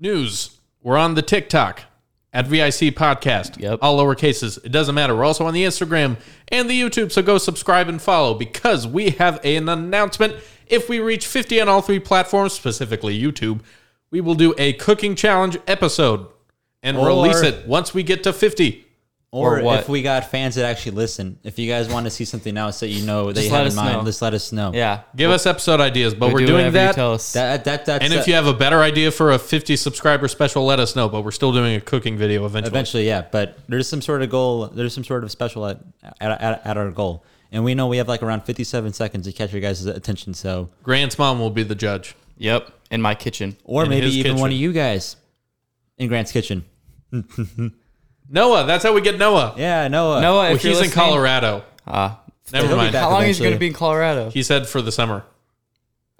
News. We're on the TikTok at VIC Podcast. Yep. All lower cases. It doesn't matter. We're also on the Instagram and the YouTube. So go subscribe and follow because we have an announcement. If we reach 50 on all three platforms, specifically YouTube, we will do a cooking challenge episode and Or- release it once we get to 50. Or Or, what? if we got fans that actually listen, if you guys want to see something else that you know they Just let have us in mind, know. just let us know. Yeah. Give us episode ideas, but we're Do doing whatever you that. tell us. That that that's and if you have a better idea for a 50 subscriber special, let us know. But we're still doing a cooking video eventually. eventually, yeah. But there's some sort of goal. There's some sort of special at at, at, at our goal, and we know we have like around 57 seconds to catch your guys' attention. So, Grant's mom will be the judge. Yep. In my kitchen. or In maybe his even one kitchen. of you guys in Grant's kitchen. Noah, that's how we get Noah. Yeah, Noah. Noah, Well, if you're he's in listening- Colorado. Ah. Never He'll be mind. back. how long is he Eventually. going to be in Colorado? He said for the summer.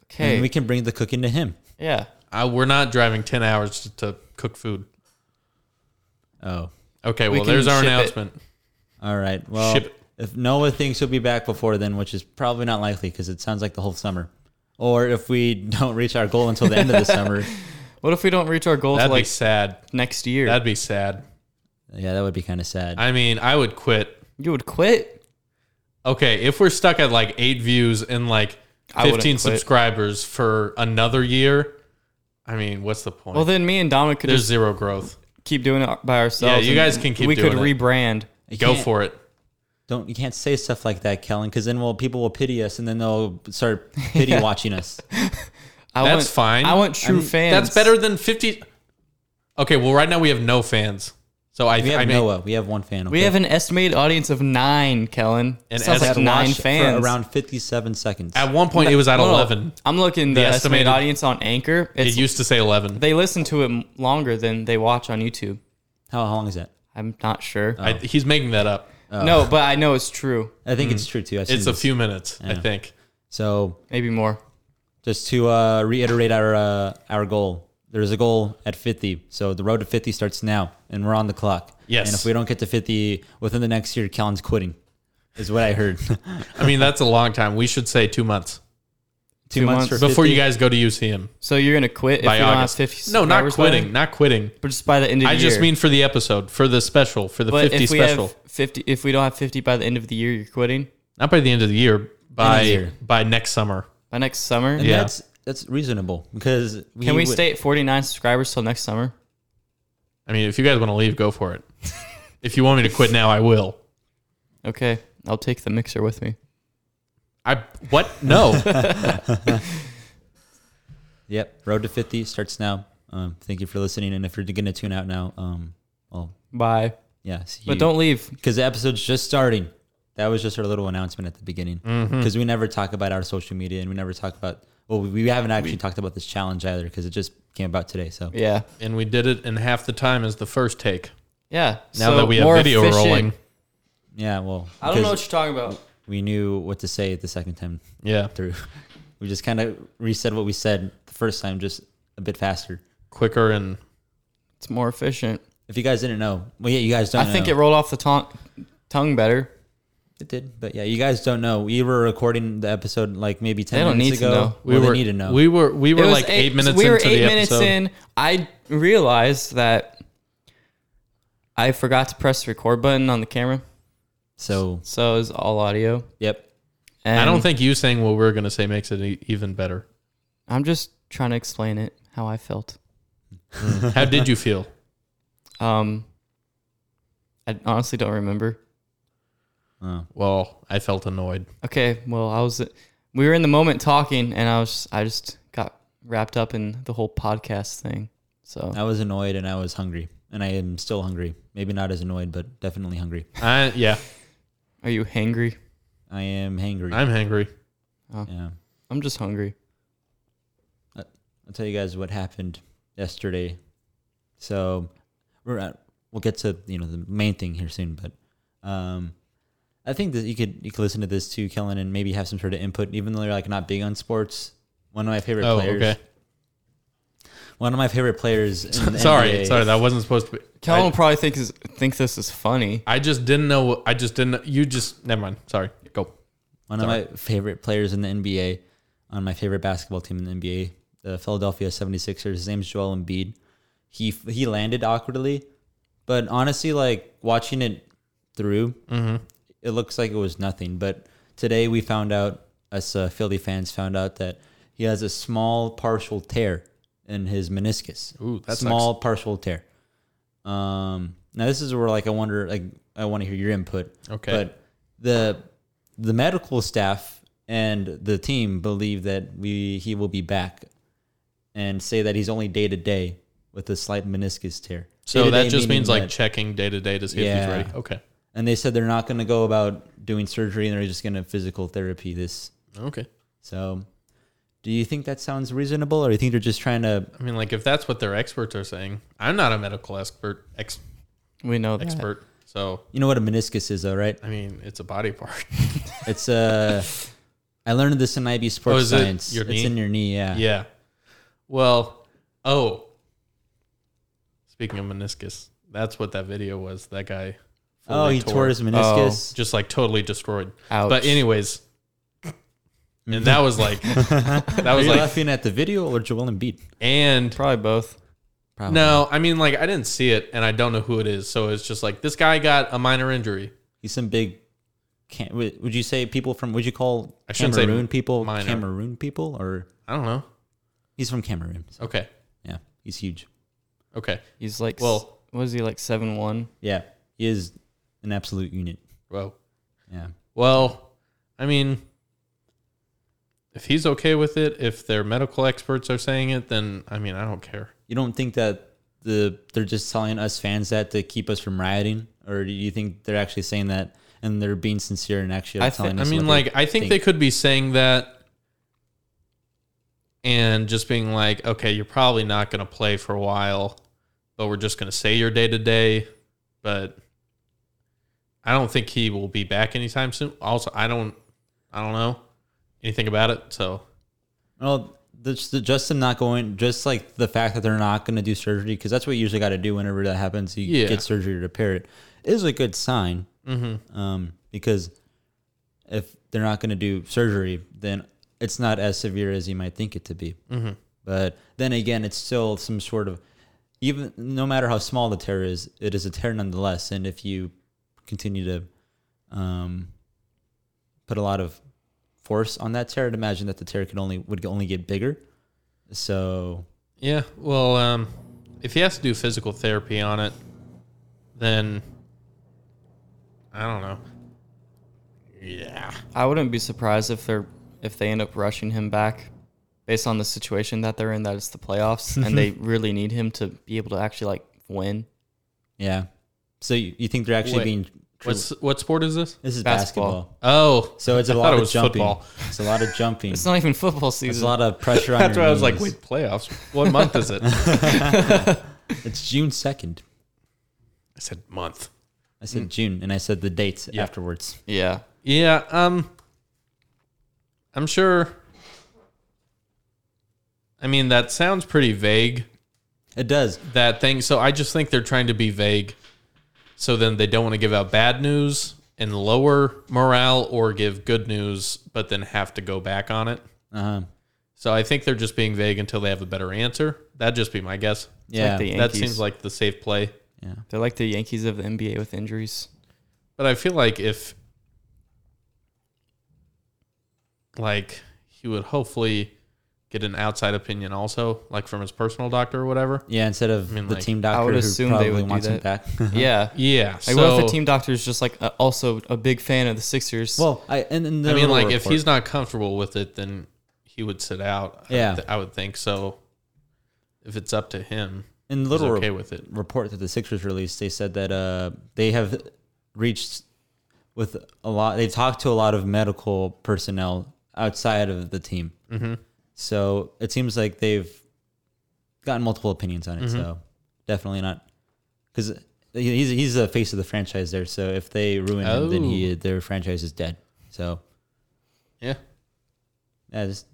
Okay. and we can bring the cooking to him. yeah. I, we're not driving 10 hours to, to cook food. Oh, Okay, well, can there's our ship it. announcement. all right. Well, Ship it. if Noah thinks he'll be back before then, which is probably not likely because it sounds like the whole summer. Or if we don't reach our goal until the end of the summer, What if we don't reach our goal till That'd like be sad. next year? That'd be sad. yeah, that would be kind of sad. I mean, I would quit. you would quit? Okay, if we're stuck at like eight views and like I wouldn't 15 quit. subscribers for another year, I mean, what's the point? Well, then me and Dominic could there's just zero growth. keep doing it by ourselves. Yeah, you and guys can keep We doing could it. rebrand. You Go can't- for it. Don't you can't say stuff like that, Kellen, because then well people will pity us and then they'll start pity watching us. I That's want, fine. I want true fans. That's better than 50. Okay, well, right now we have no fans. So I, We have I mean, Noah. We have one fan. We okay? have an estimated audience of nine, Kellen. An Sounds That like estimated- nine watched for fans. around fifty-seven seconds. at one point it was at No, no, 11. I'm looking the, estimated- estimated, audience on Anchor. It It's, used to say 11. they listen to it m- longer than they watch on YouTube. How, how long is that? I'm not sure. I, he's making that up. No, oh. but I know it's true. I think it's true too. I've Mm. It's seen a this. few minutes, I think. So Maybe more. just to uh, reiterate our uh, our goal, there's a goal at fifty. So the road to fifty starts now, and we're on the clock. Yes. And if we don't get to fifty within the next year, Kellen's quitting. Is what I heard. Two, I mean, that's a long time. We should say two months months for before 50. you guys go to UCM So you're gonna quit if by you don't have August. 50 no, not subscribers by quitting. then? Not quitting. But just by the end of the I year. just mean for the episode, for the special, for the but 50 if we special. have 50, if we don't have 50 by the end of the year, you're quitting Not by the end of the year, by year. by next summer. by next summer. And Yeah. that's that's reasonable because we Can we would- stay at 49 subscribers till next summer? I mean, if you guys want to leave, go for it. if you want me to quit now, I will. Okay, I'll take the mixer with me. I what? No. Yep. Road to 50 starts now. Um, thank you for listening. And if you're going to tune out now, um, well, Bye. yeah. See But don't leave. Because the episode's just starting. That was just our little announcement at the beginning. Because Mm-hmm. we never talk about our social media and we never talk about, well, we, we haven't actually talked about this challenge either because it just came about today. So Yeah. and we did it in half the time as the first take. Yeah. Now So that we have more video efficient. rolling. yeah, well, I don't know what because you're talking about. we knew what to say the second time Yeah. through. we just kind of resaid what we said the first time, just a bit faster. Quicker and It's more efficient. If you guys didn't know, well, yeah, you guys don't I know. think it rolled off the ton- tongue better. It did, but yeah, you guys don't know. We were recording the episode like maybe ten They don't minutes need to ago. know. We well, they need to know. We were we were It was like eight, minutes We were into eight the minutes episode. in. I realized that I forgot to press the record button on the camera, so so it was all audio. yep, And I don't think you saying what we were gonna say makes it e- even better. I'm just trying to explain it how I felt. How did you feel? Um, I honestly don't remember. Uh, Well, I felt annoyed. Okay, well, I was we were in the moment talking, and I was I just got wrapped up in the whole podcast thing. So I was annoyed and I was hungry, and I am still hungry. Maybe not as annoyed, but definitely hungry. I, yeah, are you hangry? I am hangry. I'm hangry. yeah, I'm just hungry. I'll tell you guys what happened yesterday. So we're at, we'll get to you know the main thing here soon, but um, I think that you could you could listen to this too, Kellen, and maybe have some sort of input, even though you're like not big on sports. One of my favorite Oh, players. okay. One of my favorite players. In the Sorry, NBA. sorry, that wasn't supposed to be. Kellen I, will probably think is, think this is funny. I just didn't know. what- I just didn't. You just never mind. Sorry. Go. one of my favorite players in the NBA, on my favorite basketball team in the NBA, the Philadelphia 76ers. His name's Joel Embiid. he he landed awkwardly, but honestly, like watching it through, Mm-hmm. it looks like it was nothing. But today we found out, us uh, Philly fans found out that he has a small partial tear in his meniscus. Ooh, that small partial tear. Um, now this is where like I wonder, like I want to hear your input. Okay. but the the medical staff and the team believe that we he will be back, and say that he's only day to day with a slight meniscus tear. So Day-to-day that just meaning means like that- checking day to day to see if he's Yeah. ready. Okay. and they said they're not going to go about doing surgery and they're just going to physical therapy this. Okay. So, do you think that sounds reasonable, or do you think they're just trying to? I mean, like if that's what their experts are saying, I'm not a medical expert ex, We know that. expert. So You know what a meniscus is, though, right? I mean, it's a body part. It's uh, I learned this in IB sports Oh, is it science. your it's knee? in your knee, yeah. yeah. Well, oh. Speaking of meniscus, that's what that video was. That guy. Oh, fully he tore his meniscus. just like totally destroyed. Ouch. But anyways, and that was like that Are was you like laughing at the video or Joel Embiid? and Probably both. Probably. no, I mean like I didn't see it and I don't know who it is, so it's just like this guy got a minor injury. he's some big. Can, would would you say people from? Would you call I shouldn't say Cameroon people minor. Cameroon people, or I don't know. he's from Cameroon? So, Okay. yeah, he's huge. Okay. He's like, Well- well, was he like seven one? Yeah, he is an absolute unit. Well, Yeah. well, I mean, if he's okay with it, if their medical experts are saying it, then I mean, I don't care. You don't think that the they're just telling us fans that to keep us from rioting, or do you think they're actually saying that and they're being sincere and actually I thi- telling I us? mean, what like, I think, think. they could be saying that and just being like, okay, you're probably not going to play for a while, but we're just going to say your day to day. But I don't think he will be back anytime soon. Also, I don't, I don't know anything about it. So Well, just, just them not going, just like the fact that they're not going to do surgery, because that's what you usually got to do whenever that happens. You Yeah. get surgery to repair it is a good sign, mm-hmm. um, because if they're not going to do surgery, then it's not as severe as you might think it to be. Mm-hmm. But then again, it's still some sort of even no matter how small the tear is, it is a tear nonetheless. And if you continue to um, put a lot of force on that tear, I'd imagine that the tear could only would only get bigger. So Yeah, well, um, if he has to do physical therapy on it, then I don't know. Yeah, I wouldn't be surprised if they're if they end up rushing him back, based on the situation that they're in. That it's the playoffs and they really need him to be able to actually like win. yeah, so you, you think they're actually Wait, being true. what's what sport is this? this is basketball. basketball. Oh, So it's a I lot thought it of was jumping. football. It's a lot of jumping. It's not even football It's season. a lot of pressure on. that's your why I was like, knees. wait, playoffs? What month is it? I It's June second. said month. I said Hmm. June, and I said the dates afterwards. yeah, Yeah, um, I'm sure. I mean, that sounds pretty vague. It does. that thing. So I just think they're trying to be vague. So then they don't want to give out bad news and lower morale or give good news, but then have to go back on it. Uh-huh. So I think they're just being vague until they have a better answer. That'd just be my guess. Yeah, the That Yankees. seems like the safe play. they're like the Yankees of the NBA with injuries. But I feel like if like he would hopefully get an outside opinion also, like from his personal doctor or whatever. yeah. Instead of mean, the like, team doctor, would who assume they probably would do wants him that. back. Yeah. Yeah. Like, so what if the team doctor is just like uh, also a big fan of the Sixers? well, I and, and the I mean, little like if report. he's not comfortable with it, then he would sit out. I Yeah. would th- I would think so. If it's up to him, in the he's little okay re- with it. report that the Sixers released, they said that uh, they have reached with a lot. They've talked to a lot of medical personnel outside of the team, mm-hmm. so it seems like they've gotten multiple opinions on it. So definitely not because he's he's the face of the franchise there. So if they ruin him, then he their franchise is dead. So Yeah, I just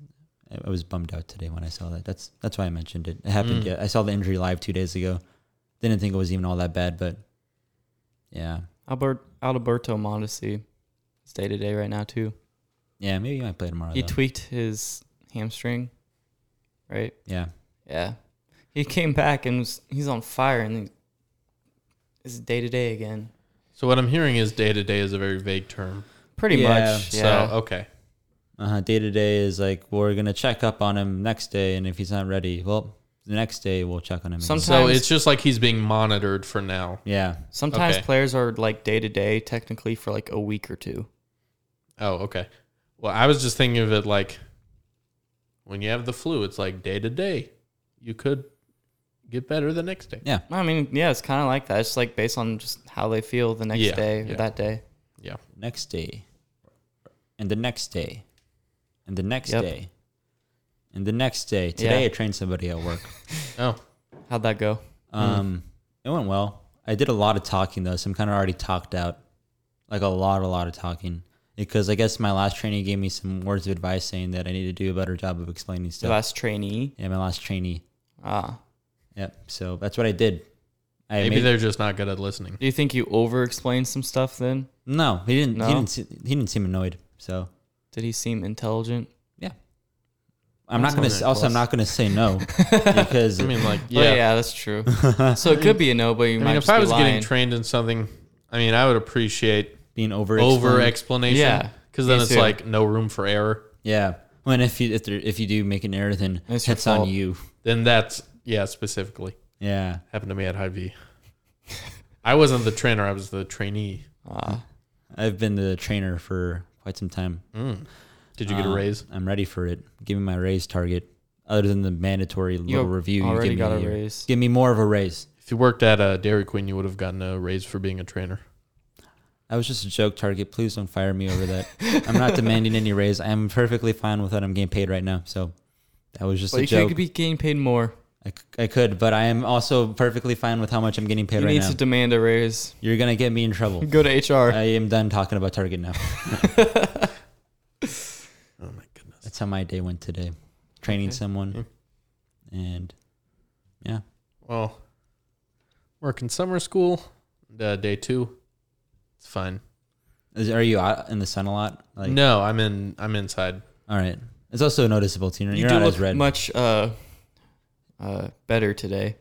I I was bummed out today when I saw that. That's that's why I mentioned it. It happened. Mm. Yeah, I saw the injury live two days ago. Didn't think it was even all that bad, but yeah, Albert Alberto Mondesi is day to day right now too. yeah. Maybe I might play tomorrow. He though. tweaked his hamstring, right? yeah, Yeah. He came back and was, he's on fire and he- it's day to day again. So what I'm hearing is day to day is a very vague term. Pretty Yeah. much. So uh, Yeah. okay, Uh-huh. Day to day is like we're gonna check up on him next day, and if he's not ready, well, the next day we'll check on him. again. Sometimes so it's just like he's being monitored for now. yeah, sometimes okay. players are like day to day technically for like a week or two. Oh, okay. Well, I was just thinking of it like when you have the flu, it's like day to day. You could get better the next day. yeah. I mean, yeah, it's kind of like that. It's just like based on just how they feel the next Yeah, day or yeah. that day. Yeah. Next day, and the next day, and the next Yep. day, and the next day. Today Yeah. I trained somebody at work. Oh, How'd that go? Mm. Um, It went well. I did a lot of talking though, so I'm kind of already talked out, like a lot, a lot of talking. Because I guess my last trainee gave me some words of advice saying that I need to do a better job of explaining The stuff. last trainee. yeah, my last trainee. Ah, Yep. So that's what I did. I maybe made, they're just not good at listening. do you think you over explained some stuff then? no, he didn't. No? He didn't. se- He didn't seem annoyed. So Did he seem intelligent? I'm That's not gonna. not s- that Also, I'm close. not gonna say no because I mean, like, Yeah, yeah. Oh, yeah that's true. so it could be a no, but you I might mean, just if I be was lying. getting trained in something, I mean, I would appreciate being over over explained- explanation. Yeah, Because then me it's too. like no room for error. Yeah. When if you if, there, if you do make an error, then It's it's, your on fault. you. Then that's, yeah, specifically. Yeah. Happened to me at High V. I wasn't the trainer, I was the trainee. Ah, I've been the trainer for quite some time. Mm. Did you get a Uh, raise? I'm ready for it. Give me my raise target. Other than the mandatory little al- review, you already give got a me here. raise. Give me more of a raise. If you worked at a Dairy Queen, you would have gotten a raise for being a trainer. That was just a joke, Target. Please don't fire me over that. I'm not demanding any raise. I'm perfectly fine with what I'm getting paid right now. So that was just but a you joke. could be getting paid more. I, c- I could, but I am also perfectly fine with how much I'm getting paid you right need now. Uh, to demand a raise. You're gonna get me in trouble. Go to HR. I am done talking about Target now. Oh my goodness. That's how my day went today. Training Okay. someone, and yeah, Well, working summer school, uh, day two. It's fine. Is, are you out in the sun a lot? Like, no, I'm in. I'm inside. All right. It's also noticeable to you. You're you do not look as red. much uh, uh, better today.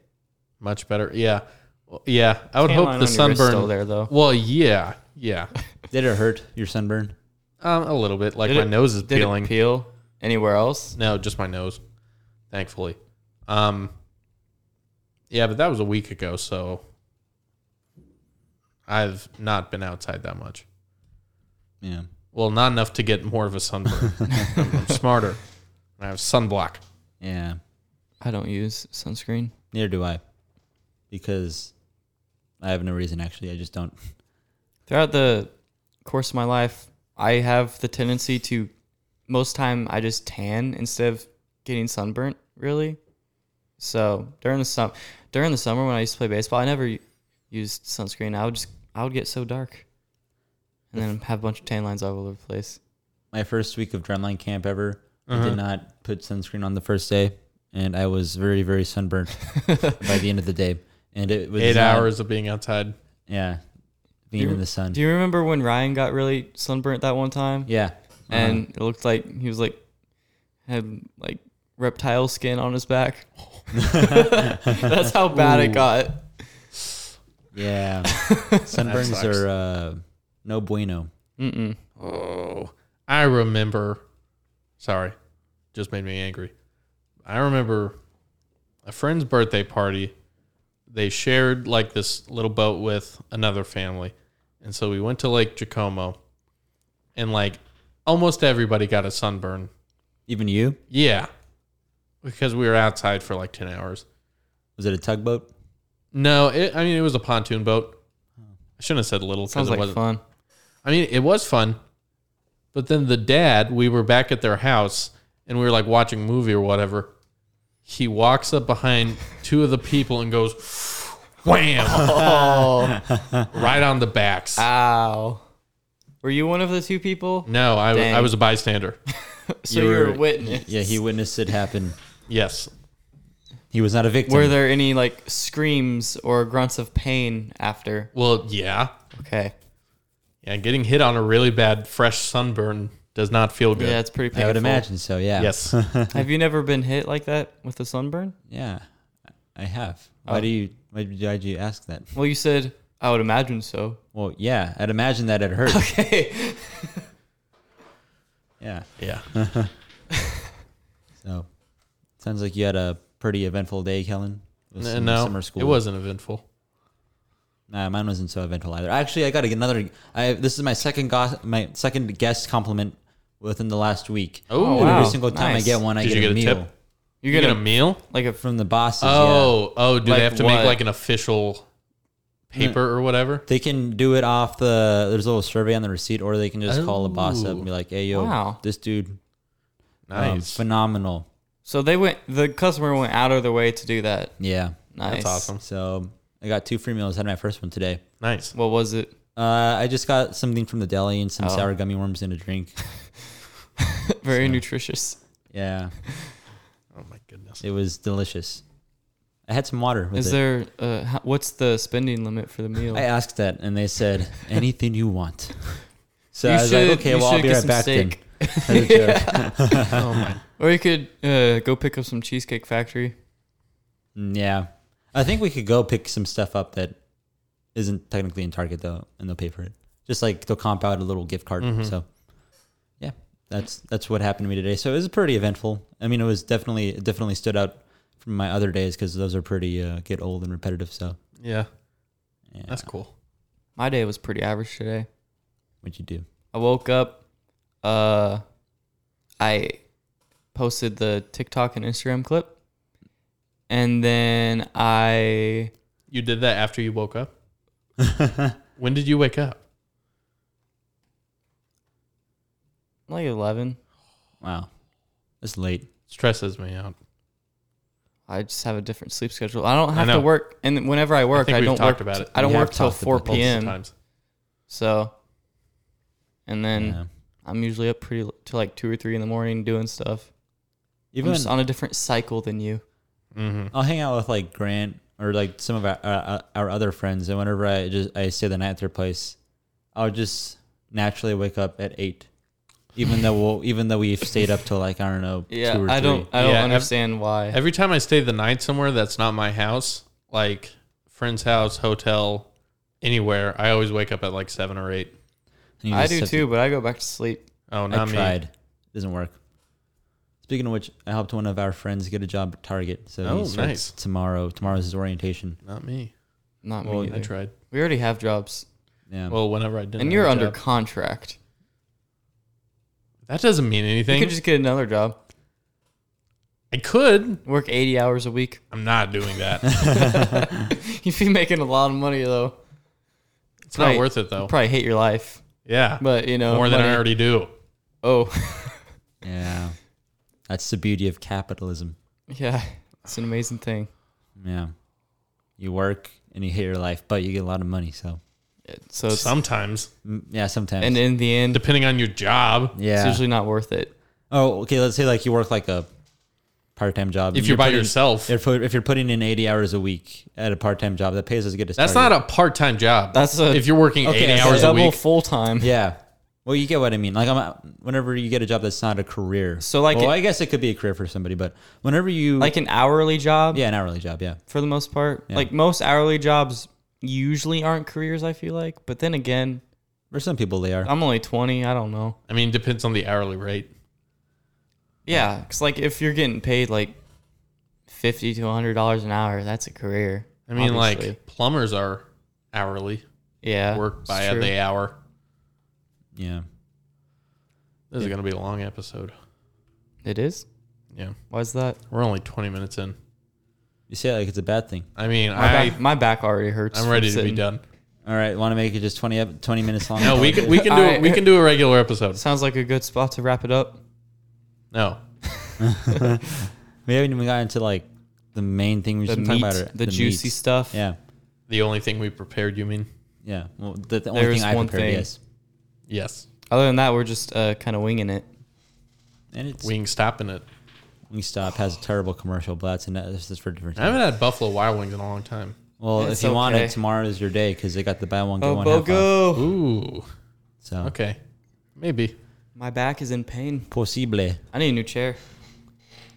Much better. Yeah, Well, yeah. I would Tan line hope on the your wrist still sunburn. there though. Well, yeah, yeah. Did it hurt your sunburn? Um, a little bit. Like Did my it- nose is Did peeling. it peel anywhere else? no, just my nose. Thankfully. Um. Yeah, but that was a week ago, so I've not been outside that much. Yeah. Well, not enough to get more of a sunburn. I'm, I'm smarter. I have sunblock. Yeah. I don't use sunscreen. Neither do I, because I have no reason. Actually, I just don't. Throughout the course of my life, I have the tendency to most time I just tan instead of getting sunburnt, really. So during the sum during the summer when I used to play baseball, I never u- used sunscreen. I would just I would get so dark. And then have a bunch of tan lines all over the place. My first week of drumline camp ever, I Uh-huh. did not put sunscreen on the first day, and I was very, very sunburnt by the end of the day. And it was Eight not- hours of being outside. Yeah, being Do you- in the sun. Do you remember when Ryan got really sunburnt that one time? yeah, And it looked like he was like had like reptile skin on his back. That's how bad it got. yeah. Sunburns sucks. are uh, no bueno. Mm-mm. Oh, I remember. Sorry, just made me angry. I remember a friend's birthday party. They shared like this little boat with another family. And so we went to Lake Jacomo and like almost everybody got a sunburn. Even you? Yeah. Because we were outside for like 10 hours. Was it a tugboat? No, it, I mean, it was a pontoon boat. I shouldn't have said little Sounds because it wasn't. like fun. I mean, it was fun. But then the dad, we were back at their house and we were like watching a movie or whatever. He walks up behind two of the people and goes, wham, Oh, right on the backs. Ah, ow. Were you one of the two people? No, I, Dang. I was a bystander. So you were a witness. Yeah, he witnessed it happen. Yes. He was not a victim. Were there any like screams or grunts of pain after? Well, yeah. Okay. Yeah, getting hit on a really bad fresh sunburn does not feel good. Yeah, it's pretty painful. I would imagine so. Yeah. Yes. Have you never been hit like that with a sunburn? Yeah. I have. Why Oh. do you? Why did you ask that? Well, you said I would imagine so. Well, yeah, I'd imagine that it hurt. Okay. yeah. Yeah. So, sounds like you had a pretty eventful day, Kellen. with N- some no, summer school. it wasn't eventful. Nah, mine wasn't so eventful either. Actually, I got to get another. I this is my second go- my second guest compliment within the last week. Oh, wow. Every single time Nice. I get one, I Did get, you a get a meal tip? You You get get a a meal? like a from the bosses. yeah. Oh, oh, do Like they have to what? make like an official paper or whatever? they can do it off the there's a little survey on the receipt, or they can just call the boss up Oh. and be like, "Hey, yo, Wow. this dude, um, Nice. phenomenal." so they went the customer went out of their way to do that. Yeah. Nice. That's awesome. So I got two free meals. Had my first one today. Nice. What was it? Uh, I just got something from the deli and some Oh. sour gummy worms and a drink. Very nutritious. Yeah, Oh my goodness. it was delicious. I had some water with Is it. there uh, ho- what's the spending limit for the meal? I asked that, and they said anything you want. So You I was should- like, okay, you well, should I'll be get right some back steak. then. As a joke. Oh my. Or you could uh, go pick up some Cheesecake Factory. Mm, yeah, I think we could go pick some stuff up that isn't technically in Target though, and they'll pay for it. Just like they'll comp out a little gift card. Mm-hmm. So, yeah, that's that's what happened to me today. So it was pretty eventful. I mean, it was definitely it definitely stood out from my other days because those are pretty uh, get old and repetitive. So Yeah, yeah, that's cool. My day was pretty average today. what you do. I woke up. Uh, I posted the TikTok and Instagram clip, and then I You did that after you woke up? when did you wake up? like eleven. Wow, it's late. Stresses me out. I just have a different sleep schedule. I don't I have to know. work, and whenever I work, think I, we've don't talked work. about it. I don't We have work till talked about four this p.m. Sometimes. So, and then Yeah. I'm usually up pretty l- till like two or three in the morning doing stuff. Even I'm just on a different cycle than you. Mm-hmm. I'll hang out with like Grant or like some of our our, our other friends, and whenever I just I stay the night at their place, I'll just naturally wake up at eight, even though we'll even though we've stayed up till like I don't know Yeah, two or I three. don't. I don't Yeah, ev- understand why. Every time I stay the night somewhere that's not my house, like friend's house, hotel, anywhere, I always wake up at like seven or eight. And you I just do have to- too, but I go back to sleep. Oh, I not me. tried, it doesn't work. Speaking of which, I helped one of our friends get a job at Target, so Oh, he starts nice. tomorrow. Tomorrow's his orientation. Not me. Not Well, me. I Either. tried. We already have jobs, Yeah, Well, whenever I did, and you're under contract. That doesn't mean You anything. could just get another job, I could. work 80 hours a week. I'm not doing that. You'd be making a lot of money though. It's not worth it You though. probably hate your life, Yeah, but you know Oh. more than I money- already do. Oh, yeah, that's the beauty of capitalism. yeah, it's an amazing thing. Yeah, you work and you hate your life, but you get a lot of money. So It- So it's, Sometimes, Mm, yeah, sometimes and in the end, depending on your job, yeah. it's usually not worth it. Oh, okay. Let's say like you work like a part-time job. if you're, by putting- yourself, if, if you're putting in 80 hours a week at a part-time job, that pays as good as that's not Target. a part-time job. That's a- if you're working Okay, eighty so hours a double week. full time. yeah. Well, you get what I mean. Like, I'm whenever you get a job that's not a career. So, like, well, it- I guess it could be a career for somebody, but whenever you Like an hourly job, yeah, an hourly job, yeah, for the most part. Like most hourly jobs usually aren't careers. I feel like, but then again, for some people they are. I'm only 20. I don't know. I mean, depends on the hourly rate. Yeah, because like if you're getting paid like fifty to hundred dollars an hour, that's a career. I mean, obviously. like plumbers are hourly, yeah, work it's by true. the hour. Yeah, This is going to be a long episode. It is. Yeah, Why is that? we're only twenty minutes in. you say it like it's a bad thing. I mean, My, I back, my back already hurts. I'm from ready to be sitting. done. All right, want to make it just 20 ep- 20 minutes long? No, we can we can do Alright. we can do a regular episode. Sounds like a good spot to wrap it up. No, we haven't even gotten to like the main thing we The meat, should talk about. or- the, meat. juicy stuff. Yeah, the only thing we prepared. You mean? yeah. Well, the, the only There's thing I one prepared, thing. yes, Yes, Other than that, we're just uh, kind of winging it. and it's we can stop in it. Wingstop has a terrible commercial, but that's, another, this is for a different I time. haven't had Buffalo Wild Wings in a long time. Well, It's if you want okay. it, tomorrow is your day because they got the buy one get Oh, one half off. Bogo, Ooh, So okay, maybe. my back is in pain. possible. I need a new chair.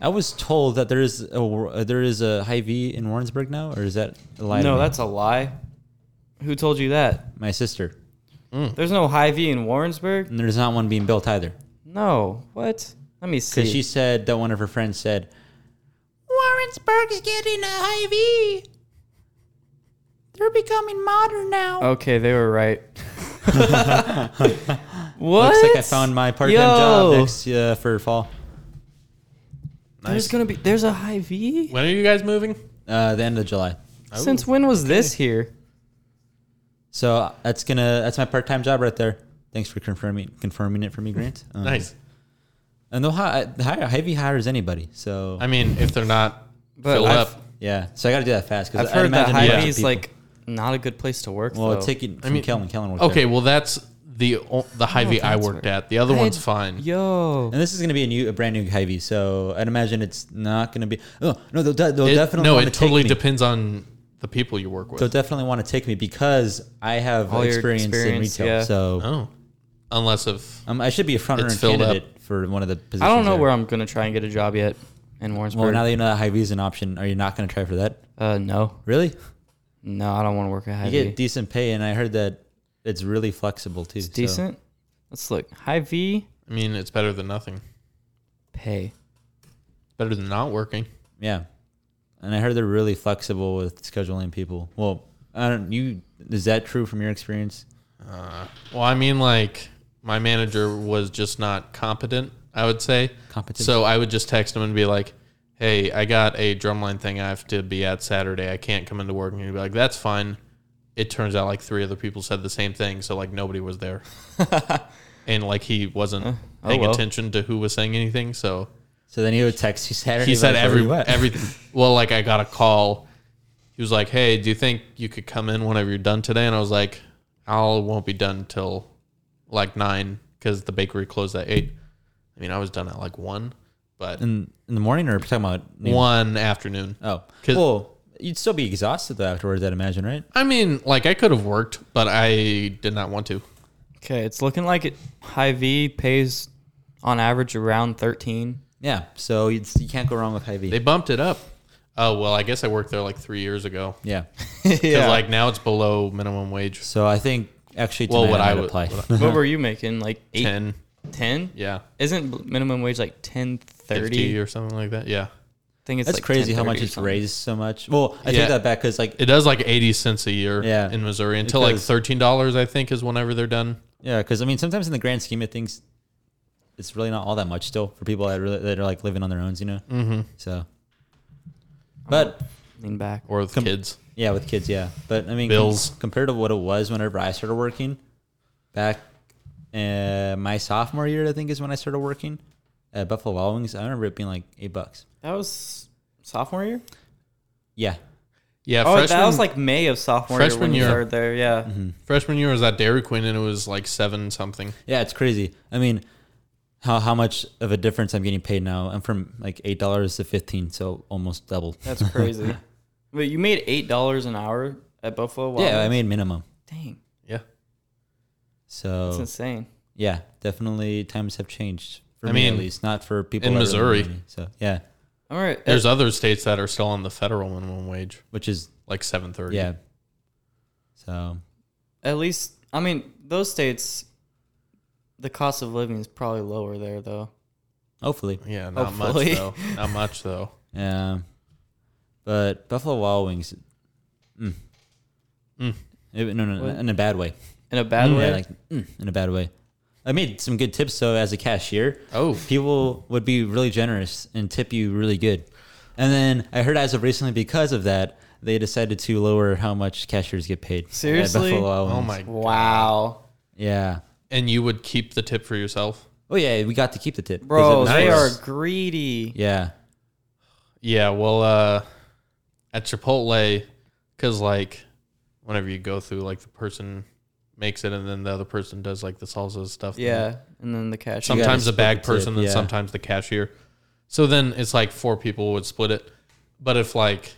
I was told that there is a wor- uh, there is a high V in Warrensburg now, or is that a lie? to No, me? that's a lie. Who told you that? my sister. Hmm. There's no high V in Warrensburg. And there's not one being built either, No. What? Let me see. because she said that one of her friends said, "Warrensburg's getting a high V. They're becoming modern now." okay, they were right. what? Looks like I found my part-time job Yo. next uh, for fall. There's gonna be. There's a high V. When are you guys moving? Uh, the end of July. Since when was this here? So that's gonna that's my part-time job right there. Thanks for confirming confirming it for me, Grant. Um, Nice. And the hire Hy-Vee hires anybody, so I mean, if they're not But fill I've- up. yeah. So I got to do that fast because I've heard that a lot high of V is like not a good place to work. well, though. it's taking from mean- Kellen. Kellen worked Okay, there. well that's the o- the high V I that's worked right. at. The other one's I'd- fine. Yo. And this is gonna be a new, a brand new Hy-Vee, so I'd imagine it's not gonna be. Oh no, they'll, de- they'll It- definitely no, want it to totally take me. depends on the people you work They'll with. definitely want to take me because I have All your experience, experience, in retail. yeah. So Oh, unless if um, I should be a front runner It's filled up. candidate for one of the positions. I don't know there. where I'm gonna try and get a job yet in Warrensburg. Well, now that you know that Hy-Vee is an option, are you not gonna try for that? uh, no, Really? no, I don't want to work at high You V. get decent pay, and I heard that it's really flexible too. so- Decent. Let's look. High V I mean it's better than nothing. pay. Better than not working. Yeah, and I heard they're really flexible with scheduling people. Well, I don't. You is that true from your experience? Uh, well, I mean like my manager was just not competent. I would say. Competent. So I would just text him and be like, "Hey, I got a drumline thing I have to be at Saturday. I can't come into work." And he'd be like, "That's fine." It turns out like three other people said the same thing, so like nobody was there, and like he wasn't oh paying well. attention to who was saying anything. So so then he would text you Saturday. he said like, every "Where you at?" everything. Well, like I got a call. He was like, "Hey, do you think you could come in whenever you're done today?" And I was like, "I won't be done till like nine because the bakery closed at eight. I mean, I was done at like one, but in, in the morning, or are we talking about noon? one afternoon. Oh, 'Cause- well, you'd still be exhausted though afterwards. I'd imagine, right? I mean, like I could have worked, but I did not want to. Okay, it's looking like it. High V pays on average around thirteen. Yeah. So you'd, you can't go wrong with Hy-Vee. They bumped it up. Oh well, I guess I worked there like three years ago. yeah. Because like now it's below minimum wage. So I think actually, Well, tonight what I I would would- apply. what what were you making? Like eight, ten? Uh-huh. Ten, yeah, Isn't bl- minimum wage like ten thirty thirty? I or something like that. Yeah, think it's That's like crazy how much 10.30 or it's something. raised so much. Well, I Yeah. take that back because like it does like eighty cents a year. Yeah. in Missouri until like Because- thirteen dollars, I think, is whenever they're done. Yeah, because I mean, sometimes in the grand scheme of things, it's really not all that much still for people that really that are like living on their own, you know. Mm-hmm. So, but Lean back. Or with kids, yeah, with kids, yeah. But I mean, Bills. compared to what it was whenever I started working back uh, my sophomore year, I think is when I started working at Buffalo Wild Wings. I remember it being like eight bucks. That was sophomore year. Yeah, yeah. Oh, freshman, that was like May of sophomore year freshman when you year. started there. Yeah. freshman year was at Dairy Queen, and it was like seven something. yeah, it's crazy. I mean, how how much of a difference I'm getting paid now? I'm from like eight dollars to fifteen, so almost double. That's crazy. Wait, you made eight dollars an hour at Buffalo Wild? Yeah, I Wings? made minimum. dang, Yeah, So that's insane. Yeah, definitely times have changed. For I me mean, at least, not for people in that are really Missouri. money. So yeah, All right, there's uh, other states that are still on the federal minimum wage, which is like seven thirty. yeah. So at least I mean those states. The cost of living is probably lower there, though. hopefully, Yeah, not Hopefully. much though. Not much though. yeah. But Buffalo Wild Wings, mm. Mm. It- no, no, What? in a bad way. In a bad way. Yeah, like mm, in a bad way. I made some good tips. So as a cashier, Oh, people would be really generous and tip you really good. And then I heard as of recently, because of that, they decided to lower how much cashiers get paid. at Seriously? Buffalo Wild oh Wings. my! wow, Yeah. And you would keep the tip for yourself? Oh yeah, we got to keep the tip, 'cause it bro, was they are ours. nice. greedy. Yeah, Yeah. Well, uh, at Chipotle, because like whenever you go through, like the person makes it, and then the other person does like the salsa stuff. Yeah, and then the cash. You gotta Sometimes the split bag the tip, person, and yeah. sometimes the cashier. So then it's like four people would split it. But if like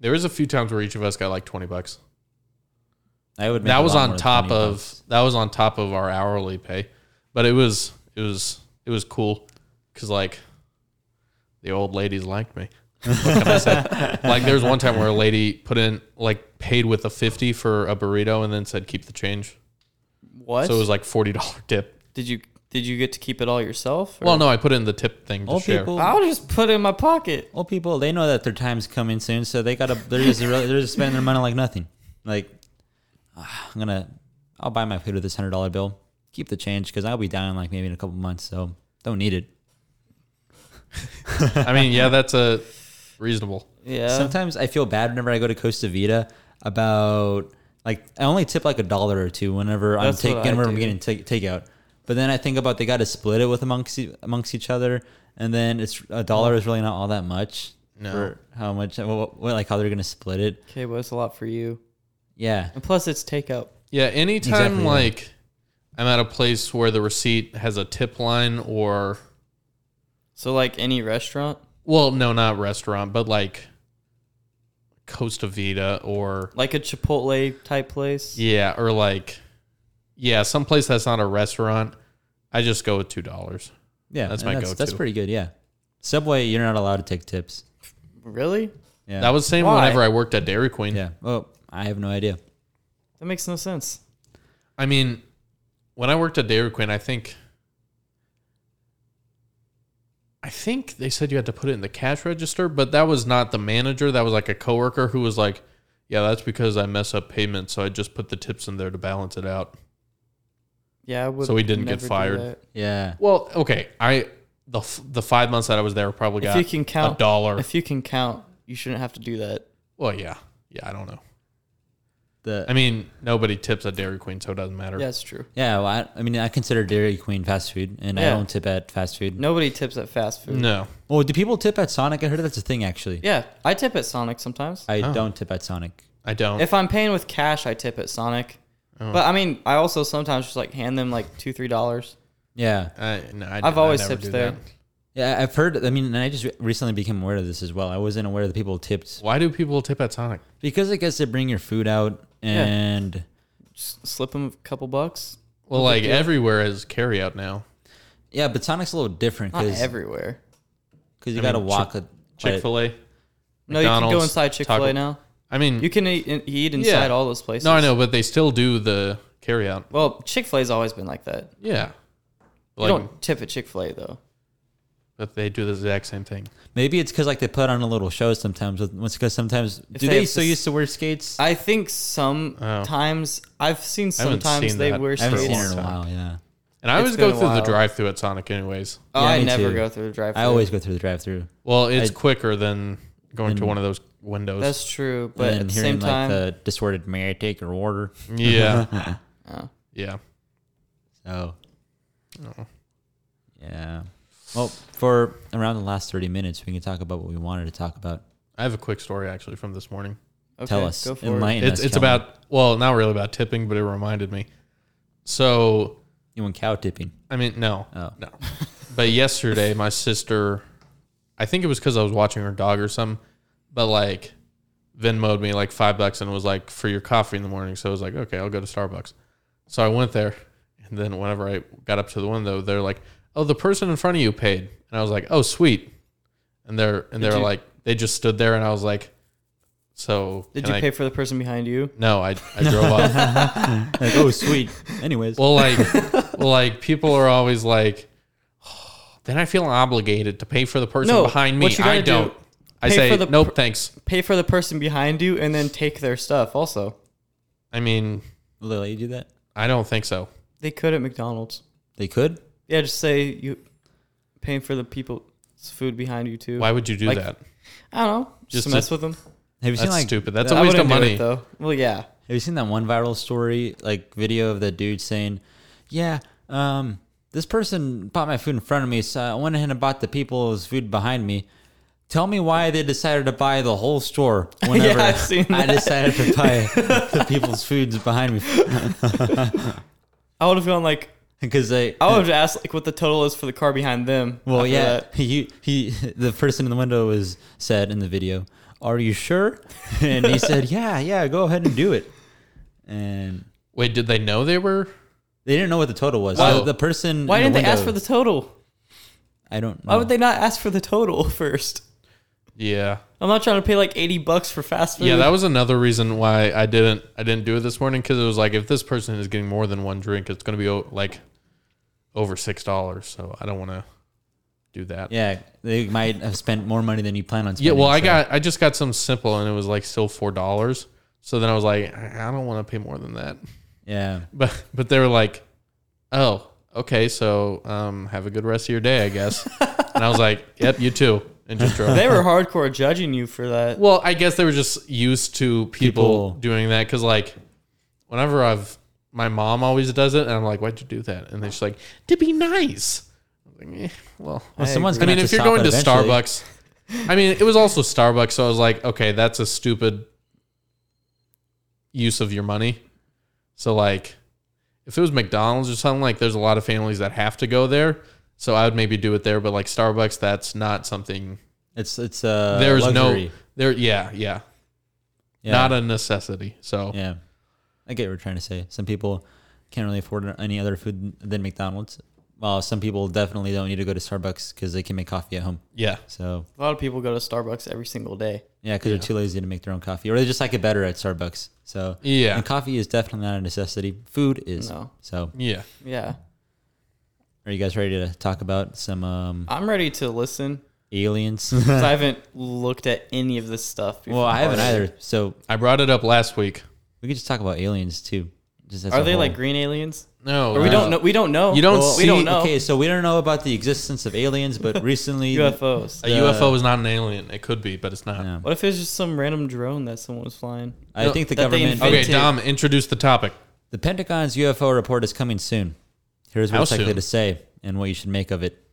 there was a few times where each of us got like twenty bucks. I would. Make that a was lot on more than top 20 of bucks. that was on top of our hourly pay but it was it was it was cool because like the old ladies liked me. What can I say? like there's one time where a lady put in like paid with a fifty for a burrito and then said keep the change. What? So it was like forty dollar tip. did you did you get to keep it all yourself? or- Well, no, I put in the tip thing to Old share. people, I'll just put it in my pocket. old people, they know that their time's coming soon, so they gotta. They're just they're just spending their money like nothing. Like "Ah, I'm gonna, I'll buy my food with this hundred dollar bill. Keep the change because I'll be down like maybe in a couple months, so don't need it. I mean, yeah, that's a reasonable. Yeah. Sometimes I feel bad whenever I go to Costa Vita about like I only tip like a dollar or two whenever I'm That's what taking I whenever I'm do. getting take, takeout. But then I think about they got to split it with amongst e- amongst each other, and then it's a dollar is really not all that much. No. for how much? What, what, like how they're gonna split it? Okay, well, it's a lot for you. Yeah, And plus, it's takeout. Yeah, anytime Exactly, yeah. like I'm at a place where the receipt has a tip line or So, like any restaurant, well, no, not restaurant, but like Costa Vida or like a Chipotle type place. yeah, or like yeah, someplace that's not a restaurant. I just go with two dollars. yeah, That's and my that's, That's go-to. pretty good. Yeah, Subway, you're not allowed to take tips. Really? Yeah, That was the same Why? whenever I worked at Dairy Queen. yeah. Oh, I have no idea. That makes no sense. I mean, when I worked at Dairy Queen, I think I think they said you had to put it in the cash register, but that was not the manager. That was like a coworker who was like, "Yeah, that's because I mess up payments, so I just put the tips in there to balance it out." Yeah, I would. So we didn't get never do fired. that. Yeah, Well, okay, I the f- the five months that I was there probably If got you can a count, dollar. if you can count, you shouldn't have to do that. Well, yeah, yeah, I don't know. the I mean, nobody tips at Dairy Queen, so it doesn't matter. Yeah, it's true. yeah. Well, I, I mean, I consider Dairy Queen fast food, and I Yeah. don't tip at fast food. Nobody tips at fast food. No, Oh, do people tip at Sonic? I heard that's a thing actually. Yeah, I tip at Sonic sometimes. I Oh. don't tip at Sonic. I don't. If I'm paying with cash, I tip at Sonic. Oh. But I mean, I also sometimes just like hand them like two, three dollars. Yeah, I, no, I, I've always never tipped do there. that. yeah. I've heard. I mean, and I just re- recently became aware of this as well. I wasn't aware that people tipped Why do people tip at Sonic? because I guess they bring your food out and Just slip them a couple bucks. Well, like everywhere is carry out now. yeah. but Sonic's a little different Not because everywhere. you I got to mean, walk. a quite- Chick fil A. No, you can go McDonald's, inside Chick Fil Taco- A now. I mean, You can eat, in- eat inside all those places. no, I know, but they still do the carry out. Well, Chick Fil A's always been like that. Yeah. You Like, don't tip at Chick Fil A though. but they do the exact same thing. Maybe it's because like they put on a little show sometimes. Because sometimes do they they, have still to s- used to wear skates? I, I think sometimes I've seen Oh. haven't sometimes seen they that wear for a haven't skates. seen it in a long while. Yeah, And I It's always go been a through the while. drive through at Sonic, anyways. Oh, Yeah, I me never too. go through the drive. I always go through the drive-through. Well, it's I- quicker than going to one of those windows. That's true, but But at and the hearing same like time, the distorted "May I take your order?" yeah. Oh. Yeah. So, Oh. yeah. Well, for around the last thirty minutes, we can talk about what we wanted to talk about. I have a quick story actually from this morning. okay, Tell us, Go for it. enlighten It's, us. it's Kellen. about, well, not really about tipping, but it reminded me. So, you want cow tipping. I mean, no. Oh. No. But yesterday, my sister, I think it was because I was watching her dog or something, but like Venmo'd me like five bucks and was like, for your coffee in the morning. So I was like, okay, I'll go to Starbucks. So I went there. And then whenever I got up to the window, they're like, oh, the person in front of you paid. And I was like, oh, sweet. And they're, and they're you- like, they just stood there and I was like, so Did can you I- pay for the person behind you? No, I, I drove off. Like, oh, sweet. Anyways, Well, like, well, like people are always like, "Oh, then I feel obligated to pay for the person No, behind me. what you gotta I don't. do- I pay say for the nope, per- thanks. Pay for the person behind you and then take their stuff. Also, I mean, will they let you do that? I don't think so. they could at McDonald's. They could. Yeah, just say you paying for the people's food behind you too. Why would you do Like, that? I don't know. Just, Just to to- mess with them. Have you That's seen like stupid. That's that- a I waste of wouldn't do money. it though. Well, yeah. Have you seen that one viral story, like video of that dude saying, "Yeah, um, this person bought my food in front of me, so I went ahead and bought the people's food behind me." Tell me why they decided to buy the whole store whenever I've seen I that. decided to buy the people's foods behind me I would have gone like because they. I would have asked like what the total is for the car behind them. uh, well, after yeah, that. he he. The person in the window was said in the video, "Are you sure?" And he said, "Yeah, yeah, go ahead and do it." And Wait, did they know they were? they didn't know what the total was. Why- the person. Why in didn't the they ask window- for the total? I don't. Know. Why would they not ask for the total first? Yeah. I'm not trying to pay like 80 bucks for fast food. Yeah, that was another reason why I didn't I didn't do it this morning because it was like if this person is getting more than one drink, it's going to be o- like over six dollars. So I don't want to do that. Yeah, they might have spent more money than you plan on Yeah, spending. well, I so- got I just got some simple and it was like still four dollars. So then I was like, I I don't want to pay more than that. Yeah, But but they were like, oh, okay, so um, have a good rest of your day, I guess. and I was like, yep, you too, and just drove. they were hardcore judging you for that. Well, I guess they were just used to people, People- doing that because, like, whenever I've my mom always does it, and I'm like, "Why'd you do that?" And they're just like, "To be nice." I'm like, eh, well, well, someone's I gonna. mean, have if to you're stop going it to eventually. Starbucks, I mean, it was also Starbucks, so I was like, "Okay, that's a stupid use of your money." So, like, if it was McDonald's or something, like, there's a lot of families that have to go there. So I would maybe do it there, but like Starbucks, that's not something. it's it's uh, There's luxury. no there. Yeah, yeah yeah. not a necessity. So yeah. I get what you're trying to say. Some people can't really afford any other food than McDonald's. Well, some people definitely don't need to go to Starbucks because they can make coffee at home. yeah, So A lot of people go to Starbucks every single day. yeah, because they're too lazy to make their own coffee, or they just like it better at Starbucks. So Yeah. and coffee is definitely not a necessity. Food is. No. So yeah, Yeah. are you guys ready to talk about some um, I'm ready to listen aliens? 'cause I haven't looked at any of this stuff before. well, I haven't either. So I brought it up last week. we could just talk about aliens too. Just as Are a they whole. Uh, like green aliens? No, uh, Or we don't know. We don't know. You don't we see- don't know. Okay, so we don't know about the existence of aliens, but recently UFOs. A UFO is not an alien. It could be, but it's not. Yeah. What if it's just some random drone that someone was flying? I No, think the that they government. invented- Okay, Me too. Dom, introduce the topic. The Pentagon's UFO report is coming soon. Here's How what's likely soon? to say and what you should make of it.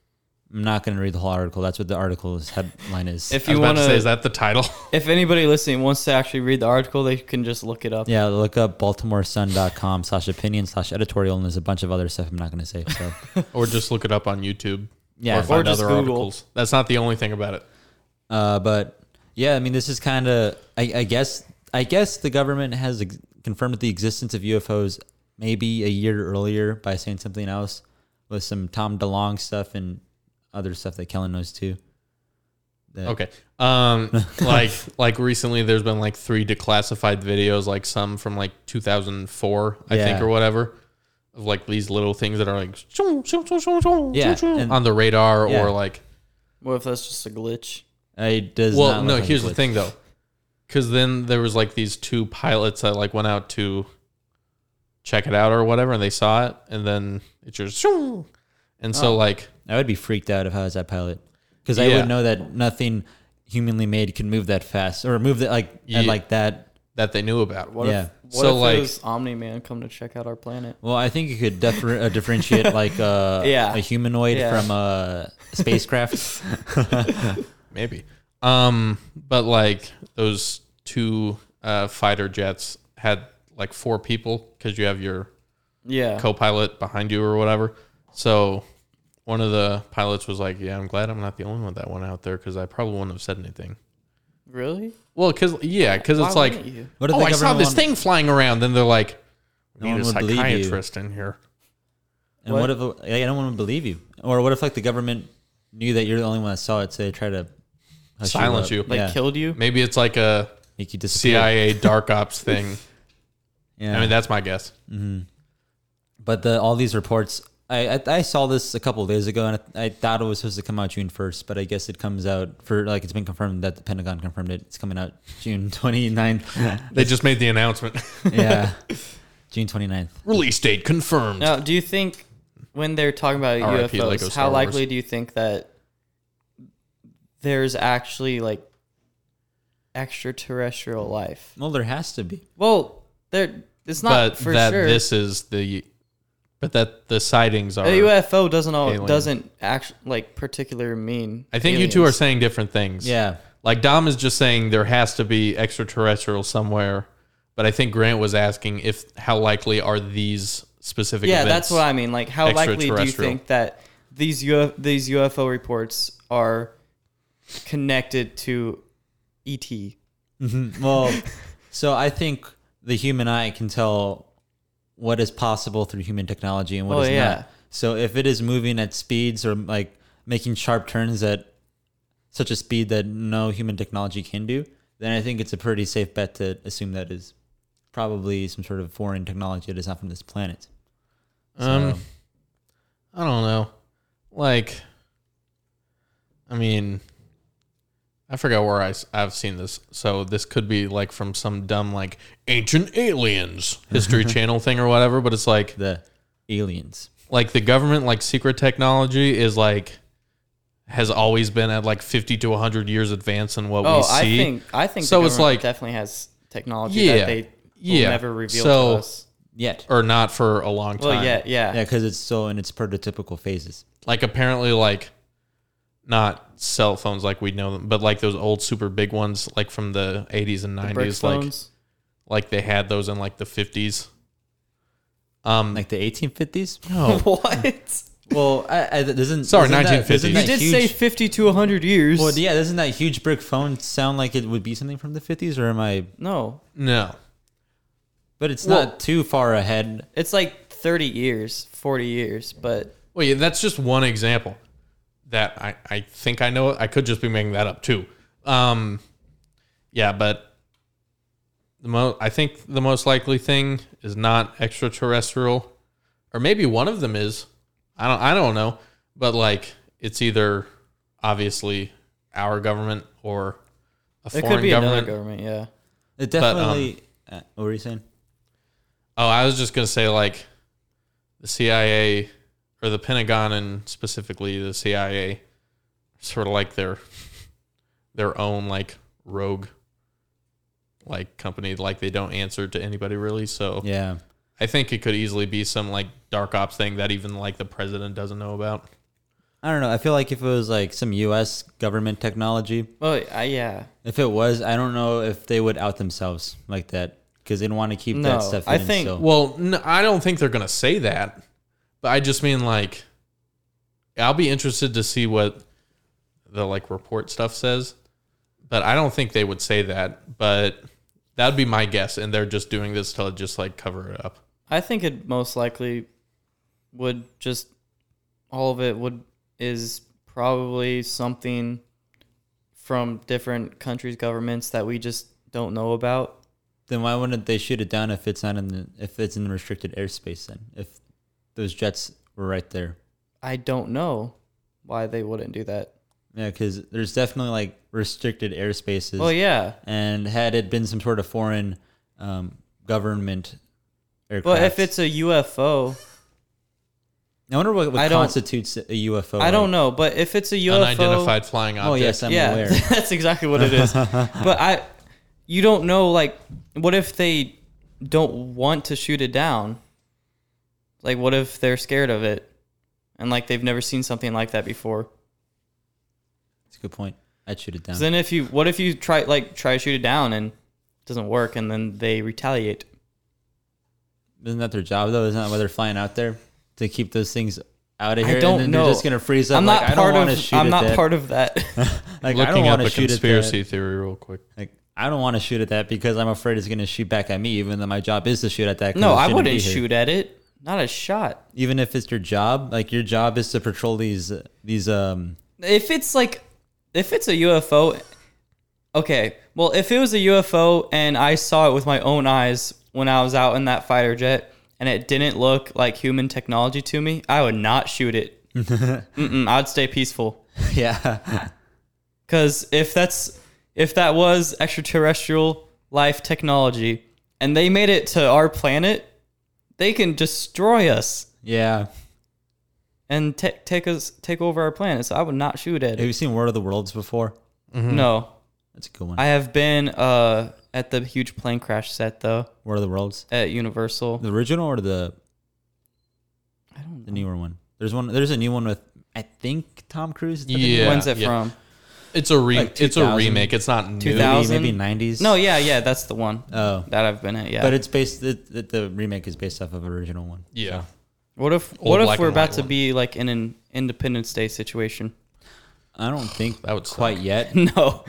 I'm not going to read the whole article. That's what the article's headline is. If I was you about want to say, is to, that the title? if anybody listening wants to actually read the article, they can just look it up. yeah, look up baltimoresun.com slash opinion slash editorial, and there's a bunch of other stuff I'm not going to say. So, or just look it up on YouTube. Yeah. or Or find just other Google. articles. That's not the only thing about it. uh, but yeah, I mean, this is kind of, I, I guess, I guess the government has ex- confirmed the existence of UFOs maybe a year earlier by saying something else with some Tom DeLong stuff and other stuff that Kellen knows too. That- Okay. Um, like like recently, there's been like three declassified videos, like some from like 2004, I think, Yeah. or whatever, of like these little things that are like shoo, shoo, shoo, shoo, shoo, Yeah, shoo, and- on the radar Yeah. or like What if that's just a glitch? It does well not no look like here's a the glitch. thing though because then there was like these two pilots that like went out to check it out or whatever and they saw it and then it just shoo. and so Oh. like I would be freaked out if I was that pilot because I Yeah. would know that nothing humanly made can move that fast or move that like Yeah. at like that. that they knew about What Yeah. if what So, if like- it was Omni Man come to check out our planet? Well, I think you could differ- uh, differentiate like uh, Yeah. a humanoid Yeah. from a spacecraft. maybe um but like those two uh fighter jets had like four people because you have your Yeah. co-pilot behind you or whatever so one of the pilots was like yeah i'm glad i'm not the only one that went out there because i probably wouldn't have said anything Really? well because yeah because it's Why like wouldn't you? What if oh, the I saw government this want- thing flying around. Then they're like, No we need one a would believe you. psychiatrist in here. And what, if like, I don't want to believe you, or what if like the government knew that you're the only one that saw it, so they try to hush Silence up? you. Like yeah, killed you? Maybe it's like a make you disappear. CIA dark ops thing. Yeah. I mean, that's my guess. But the all these reports, I I, I saw this a couple of days ago, and I, I thought it was supposed to come out June first, but I guess it comes out for like it's been confirmed that the Pentagon confirmed it. It's coming out June 29th. They just made the announcement. yeah, June 29th. Release date confirmed. Now, do you think when they're talking about R.I.P. UFOs, Lego Star how Wars. likely do you think that there's actually like extraterrestrial life? Well, there has to be. Well, there it's not but for that sure. this is the, but that the sightings are. a UFO doesn't all, alien. doesn't actually like particular mean. I think you two are aliens. saying different things. Yeah, Like Dom is just saying there has to be extraterrestrial somewhere, but I think Grant was asking if how likely are these specific Yeah, events. that's what I mean. Like, how likely do you extraterrestrial. think that these UFO, these UFO reports are connected to E ET? Well, so I think the human eye can tell what is possible through human technology and what Oh, is yeah. not. So if it is moving at speeds or like making sharp turns at such a speed that no human technology can do, then I think it's a pretty safe bet to assume that is probably some sort of foreign technology that is not from this planet. Um, So- I don't know. Like, I mean, I forgot where I, have seen this. So this could be like from some dumb, like, ancient aliens history channel thing or whatever. But it's like, the aliens. like the government, like secret technology is like, has always been at like 50 to 100 years advance in what we Oh, see. I think I think So the it's government like- definitely has technology Yeah, that they will yeah. never reveal So- to us. Yet. or not for a long time. Well, yeah, yeah, Yeah, because it's still in its prototypical phases. like apparently like not cell phones like we know them, but like those old super big ones like from the 80s and 90s Brick like phones. like they had those in like the 50s. Um Like the 1850s? no. what? Well, I, I, doesn't. Sorry, doesn't that- 1950s. doesn't You You that did huge- say fifty to hundred years. Well, yeah, doesn't that huge brick phone sound like it would be something from the 50s, or am I? No, no. But it's Well- not too far ahead. it's like thirty years, forty years, but Well, yeah, that's just one example that I I think I know. I could just be making that up too. Um yeah, but the mo- I think the most likely thing is not extraterrestrial, or maybe one of them is. I don't I don't know, but like it's either obviously our government or a it foreign could be government. another government. Yeah, It um, definitely. uh, what were you saying? Oh, I was just gonna say like the CIA or the Pentagon and specifically the CIA, sort of like their their own like rogue like company. Like they don't answer to anybody really. So Yeah, I think it could easily be some like dark ops thing that even like the president doesn't know about. I don't know. I feel like if it was like some U.S. government technology, well, I, yeah, if it was, I don't know if they would out themselves like that because they don't want to keep No, that stuff. I in think- still. Well, n I don't think they're gonna say that, but I just mean like I'll be interested to see what the like report stuff says, but I don't think they would say that. But that would be my guess, and they're just doing this to just like cover it up. I think it most likely would just all of it would is probably something from different countries' governments that we just don't know about. then why wouldn't they shoot it down if it's not in the, if it's in the restricted airspace? Then if those jets were right there, I don't know why they wouldn't do that. yeah, because there's definitely like restricted airspaces. Well, yeah. and had it been some sort of foreign um, government aircraft. But if it's a UFO, I wonder what, what I don't- constitutes a UFO. I don't know. But if it's a UFO, Unidentified flying object. Oh yes, I'm yeah, aware. that's exactly what it is. but I, you don't know. Like, what if they don't want to shoot it down? Like, what if they're scared of it, and like they've never seen something like that before? That's a good point. I'd shoot it down. 'Cause then if you, what if you try like try to shoot it down and it doesn't work, and then they retaliate? Isn't that their job though? Isn't that why they're flying out there to keep those things out of I here? don't and then know. They're just gonna freeze up. I'm like, not I don't part wanna of. Shoot I'm at not that. part of that. Like, I don't Looking up want a to shoot conspiracy at theory real quick. that. Like, I don't want to shoot at that because I'm afraid it's gonna shoot back at me. Even though my job is to shoot at that. 'cause no, it I shouldn't be wouldn't here. shoot at it. Not a shot. Even if it's your job, like your job is to patrol these these um if it's like if it's a UFO okay well if it was a UFO and I saw it with my own eyes when I was out in that fighter jet and it didn't look like human technology to me I would not shoot it Mm-mm, I'd stay peaceful yeah cuz if that's if that was extraterrestrial life technology and they made it to our planet they can destroy us yeah. and ta take us take over our planet so I would not shoot at Have it you seen World of the Worlds before? Mm-hmm. no That's a good one. I have been uh, at the huge plane crash set though World of the Worlds, at Universal. the original or the I don't the newer one? There's one. There's a new one with I think Tom Cruise. Is that the new Yeah, When's it yeah. from? It's a re- Like it's a 2000. remake. It's not new. 2000. one? Maybe nineties. No, yeah, yeah, that's the one Oh, that I've been at. Yeah, but it's based. The, the, the remake is based off of the original one. Yeah. what if what if black we're and white about to one. be like in an Independence Day situation? I don't think That would quite yet. no,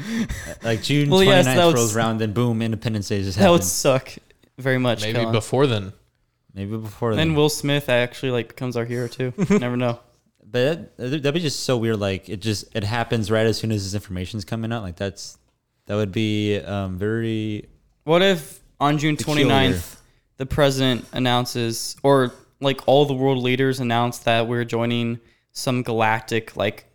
Like June Well, twenty yes, 29th that would rolls s- around, and boom, Independence Day just that would happened. suck very much. Maybe Colin. before then. Maybe before then. Then Will Smith actually like becomes our hero too. Never know. But that, that'd be just so weird. Like it just it happens right as soon as this information's coming out. Like that's that would be um, very What if on June Peculiar. 29th, the president announces, or like all the world leaders announce that we're joining some galactic like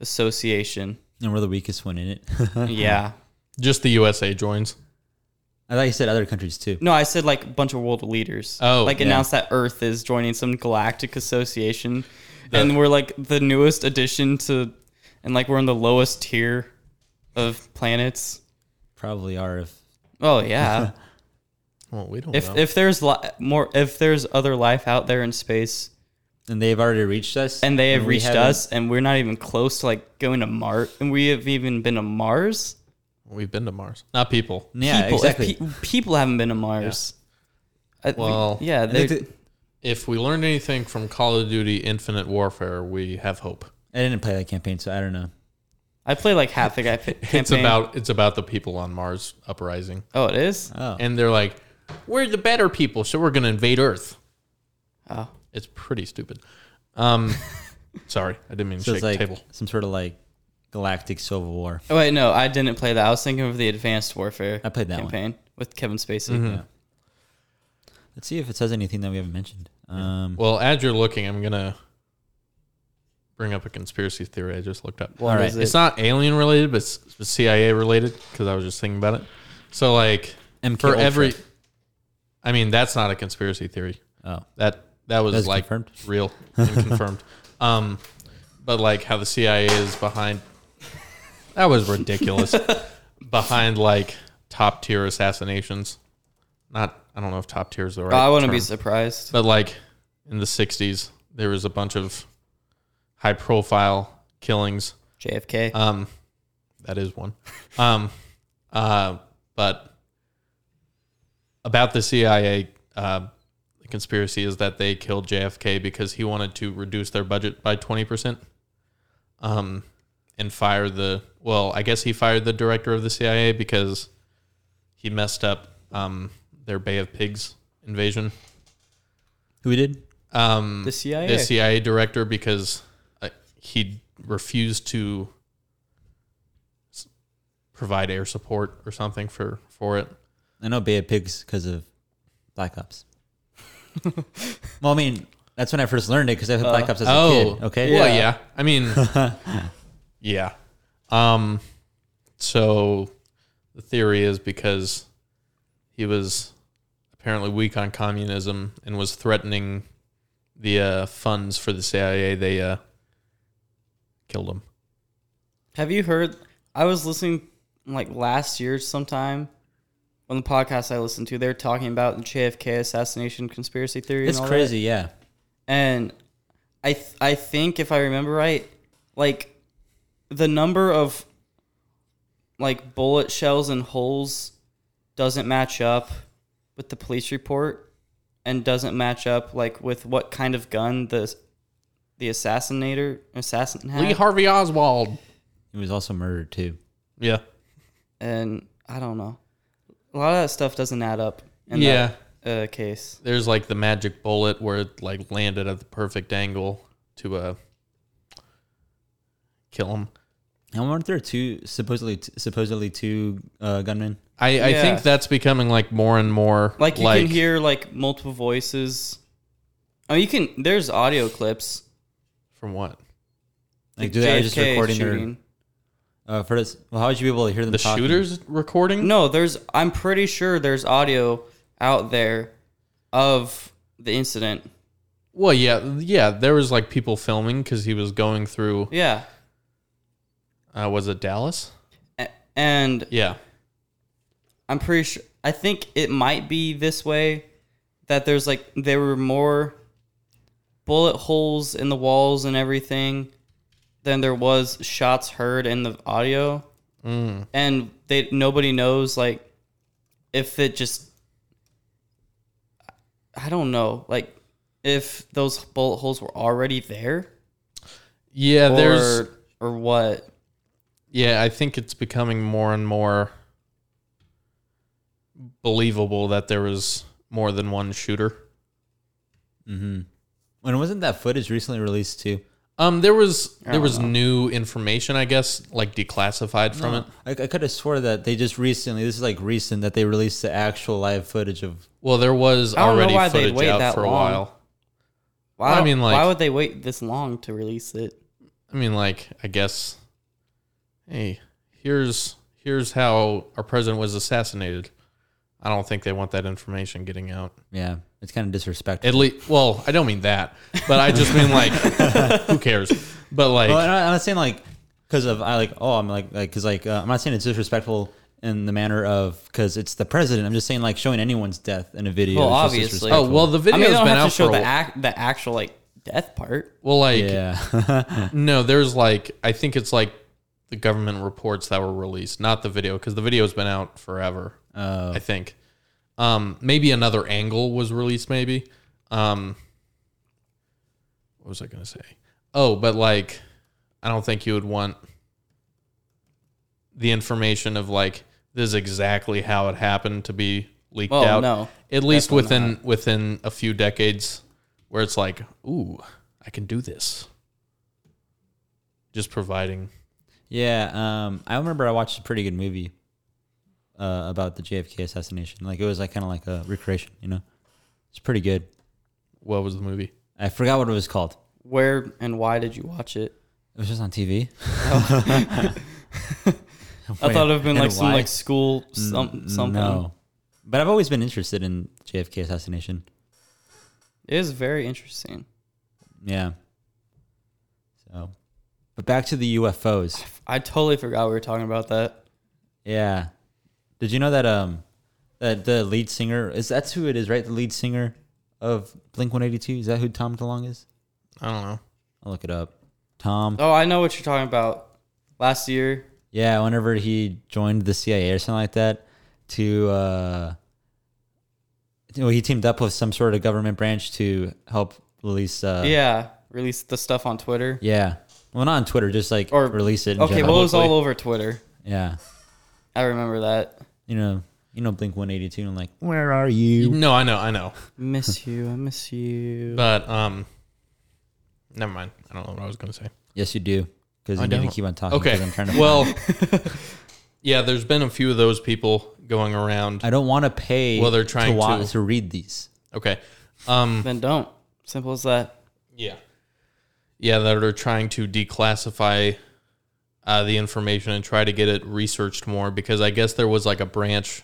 association? and we're the weakest one in it. Mm-hmm. yeah. Just the USA joins. I thought you said other countries too. No, I said like a bunch of world leaders. Oh, like yeah. announced that Earth is joining some galactic association, and we're like the newest addition to, and like we're in the lowest tier of planets. Probably are if Oh yeah. Well, we don't if know. if there's li- more, if there's other life out there in space, and they've already reached us and they have we reached haven't- us, and we're not even close to like going to Mars, and we have even been to Mars. We've been to Mars. Not people. Yeah, people, if exactly. pe- people haven't been to Mars. I- we- Well, yeah, I think they- that- If we learned anything from Call of Duty Infinite Warfare, we have hope. I didn't play that campaign, so I don't know. I play like half the guy campaign. It's about it's about the people on Mars uprising. oh, it is. Oh, And they're like, We're the better people, so we're gonna invade Earth. Oh. It's pretty stupid. Um sorry, I didn't mean to so shake it's like the table. some sort of like galactic civil war. Oh, wait, no, I didn't play that. I was thinking of the Advanced Warfare I played that one. campaign with Kevin Spacey. Let's see if it says anything that we haven't mentioned. Um, Well, as you're looking, I'm gonna bring up a conspiracy theory I just looked up. all right. is it? It's not alien related, but s- but CIA related because I was just thinking about it. So like MK for Ultra. every, I mean that's not a conspiracy theory. Oh, That that was That's like confirmed? real and confirmed. Um, but like how the CIA is behind. That was ridiculous. behind like top tier assassinations. Not I don't know if top tier is the right. Oh, I wouldn't be term. surprised. But like in the '60s, there was a bunch of high profile killings. JFK. Um, that is one. Um, uh, but about the CIA, uh, the conspiracy is that they killed JFK because he wanted to reduce their budget by twenty percent. Um, and fire the well, I guess he fired the director of the CIA because he messed up um their Bay of Pigs invasion. who we did? Um, the CIA. the CIA director because uh, he refused to s- provide air support or something for for it. I know Bay of Pigs because of Black Ops. well, I mean, that's when I first learned it because I had Black Ops as a oh, kid. Okay. Well, Uh, Yeah. yeah. I mean, yeah. Um, so the theory is because he was apparently weak on communism and was threatening the uh, funds for the CIA. They uh, killed him. Have you heard? I was listening like last year sometime on the podcast I listened to. They were talking about the JFK assassination conspiracy theory. It's and all that. crazy. Yeah. and I th- I think if I remember right, like the number of like bullet shells and holes doesn't match up with the police report and doesn't match up like with what kind of gun the the assassinator assassin had Lee Harvey Oswald. He was also murdered too. Yeah. and I don't know. A lot of that stuff doesn't add up in yeah. that uh, case. there's like the magic bullet where it like landed at the perfect angle to uh kill him. And weren't there two supposedly supposedly two uh, gunmen? I, I Yeah. think that's becoming like more and more Like you can hear like multiple voices. Oh, you can. There's audio clips. from what Like, do they are just JFK recording shooting. their uh, for this? Well, how would you be able to hear them? the talking? shooters recording. No, there's. I'm pretty sure there's audio out there of the incident. Well, yeah, yeah. There was like people filming because he was going through. Yeah, Uh, was it Dallas? A- and Yeah, I'm pretty sure. I think it might be this way that there's like there were more bullet holes in the walls and everything than there was shots heard in the audio, Mm. and they nobody knows like if it just I don't know like if those bullet holes were already there yeah. or there's or what. yeah. I think it's becoming more and more believable that there was more than one shooter. And wasn't that footage recently released too Um, there was there don't was know. new information, I guess, like declassified from it. I, I could have swore that they just recently. This is like recent that they released the actual live footage of. Well, there was I don't know already why they'd footage wait out that for a long. while. Why, Well, I mean, like- why would they wait this long to release it? I mean, like, I guess, hey, here's here's how our president was assassinated. I don't think they want that information getting out. Yeah, it's kind of disrespectful. At least, well, I don't mean that, but I just mean like, who cares? But like, Well, I'm not saying like because of I like oh I'm like like because like uh, I'm not saying it's disrespectful in the manner of because it's the president. I'm just saying like showing anyone's death in a video. Well, is just obviously. disrespectful. oh well, the I video's mean, they don't been have out to show for a the while. act, the actual like death part. well, like, yeah. no, there's like, I think it's like the government reports that were released, not the video, because the video's been out forever. oh, I think. Um, maybe another angle was released. Maybe. Um, what was I going to say? Oh, but like, I don't think you would want the information of like this is exactly how it happened to be leaked Well, out. no, at least within within a few decades, where it's like, ooh, I can do this. Just providing. yeah. Um, I remember I watched a pretty good movie uh, about the JFK assassination. Like it was like kind of like a recreation. You know, it's pretty good. What was the movie? I forgot what it was called. Where and why did you watch it? It was just on TV. I thought it'd been and like some why? like school Mm, some, something. No, but I've always been interested in JFK assassination. It is very interesting. Yeah. So, but back to the UFOs. I totally forgot we were talking about that. Yeah. Did you know that um that the lead singer is that's who it is, right? The lead singer of Blink One Eighty Two. Is that who Tom DeLonge is? I don't know. I'll look it up. Tom. Oh, I know what you're talking about. Last year, Yeah. Whenever he joined the CIA or something like that, to uh, you know, he teamed up with some sort of government branch to help release. Uh, yeah, released the stuff on Twitter. Yeah. Well, not on Twitter, just like Or- release it. in Okay, well, general. it was all over Twitter. yeah. I remember that. You know. You know Blink One Eighty Two. and like, where are you? No, I know, I know. Miss you, I miss you. But um, never mind. I don't know what I was going to say. Yes, you do. Because I you need don't. to keep on talking. 'cause Okay. I'm trying to. well, yeah, there's been a few of those people going around. I don't want to pay. Well, they're trying to, wa- to. to read these. Okay. Um. Then don't. Simple as that. Yeah. Yeah, that are trying to declassify uh, the information and try to get it researched more because I guess there was like a branch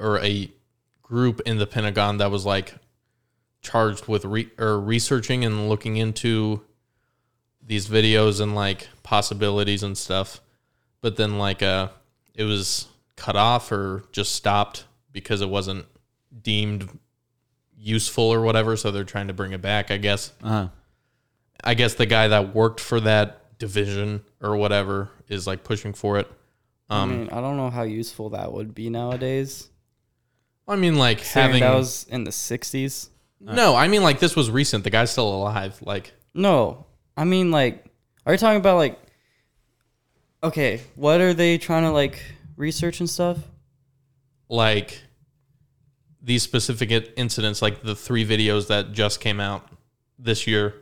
or a group in the Pentagon that was like charged with re- or researching and looking into these videos and like possibilities and stuff. But then like uh it was cut off or just stopped because it wasn't deemed useful or whatever, so they're trying to bring it back, I guess. Uh-huh. I guess the guy that worked for that division or whatever is like pushing for it. I Um mean, I don't know how useful that would be nowadays. I mean like Having having that was in the '60s. No, I mean like this was recent. The guy's still alive. Like No, I mean like, are you talking about like? Okay, what are they trying to like research and stuff? like these specific i- incidents, like the three videos that just came out this year,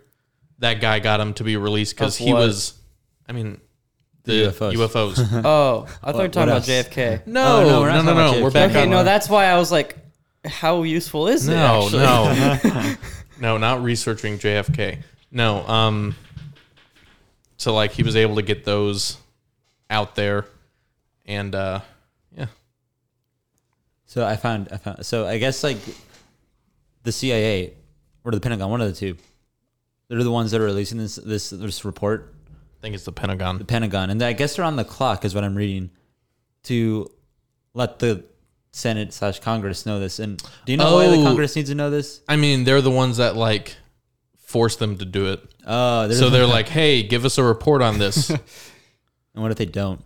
that guy got him to be released because Of he what? was, I mean, the, The UFOs. UFOs. Oh, I thought you were talking What- what about else? JFK. No, Oh, no, no, we're not no, no, talking no. about We're JFK. back Okay, on no, that's why I was like, how useful is it? No, actually? no, no, not researching JFK. No, um, so like he was able to get those out there, and uh, yeah, So I found. I found. So I guess like the CIA or the Pentagon, one of the two. They're the ones that are releasing this this this report. I think it's the The Pentagon. Pentagon, and I guess they're on the clock, is what I'm reading, to let the Senate slash Congress know this. And do you know why the Oh. Congress needs to know this? I mean, they're the ones that like force them to do it. Oh, there's Uh, So they're like, "Hey, give us a report on this." And what if they don't?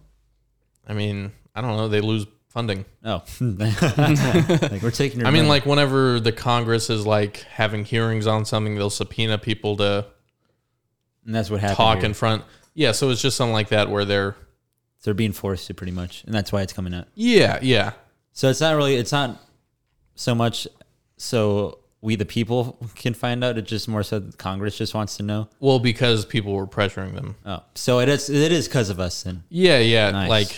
I mean, I don't know. They lose funding. Oh, like we're taking. Your I mean, money. like whenever the Congress is like having hearings on something, they'll subpoena people to and that's what happened. talk here. in front. Yeah, so it's just something like that where they're they're being forced to pretty much, and that's why it's coming out. yeah, yeah. So it's not really it's not so much so we the people can find out. It's just more so that Congress just wants to know. Well, because people were pressuring them. Oh, so it is it is because of us then. Yeah, yeah. Nice. Like,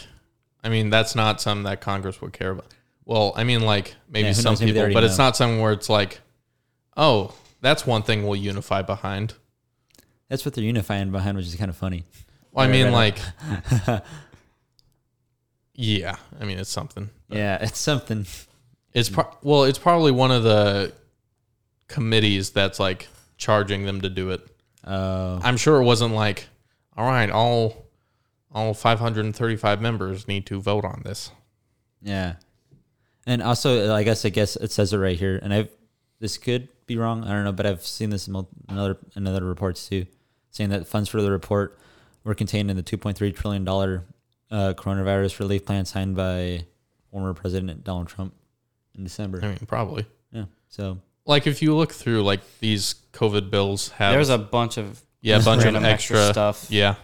I mean, that's not something that Congress would care about. Well, I mean, like maybe Yeah, who some knows? Maybe they people, already but it's know. not something where it's like, oh, that's one thing we'll unify behind. That's what they're unifying behind, which is kind of funny. Well, I Yeah, mean, right on. like, yeah. I mean, it's something. Yeah, it's something. It's pro- well, it's probably one of the committees that's like charging them to do it. Oh, I'm sure it wasn't like, all right, all all 535 members need to vote on this. yeah. And also, I guess I guess it says it right here, and I've this could be wrong. I don't know, but I've seen this in mul- another another reports too, saying that funds for the report were contained in the 2.3 trillion dollar uh, coronavirus relief plan signed by former President Donald Trump in December. I mean, probably. Yeah. So Like if you look through like these COVID bills have There's a bunch of yeah a bunch of random extra, extra, stuff Yeah.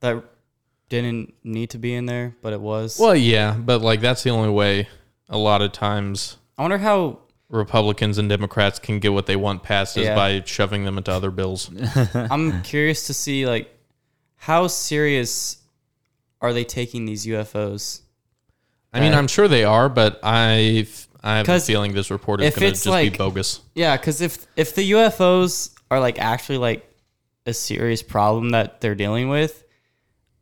that didn't need to be in there, but it was. Well, yeah, but like that's the only way a lot of times I wonder how Republicans and Democrats can get what they want passed is Yeah. by shoving them into other bills. I'm curious to see like how serious are they taking these UFOs? I mean, I'm sure they are, but I I have a 'Cause feeling this report is if going to it's just be like- bogus. Yeah, because if if the UFOs are like actually like a serious problem that they're dealing with,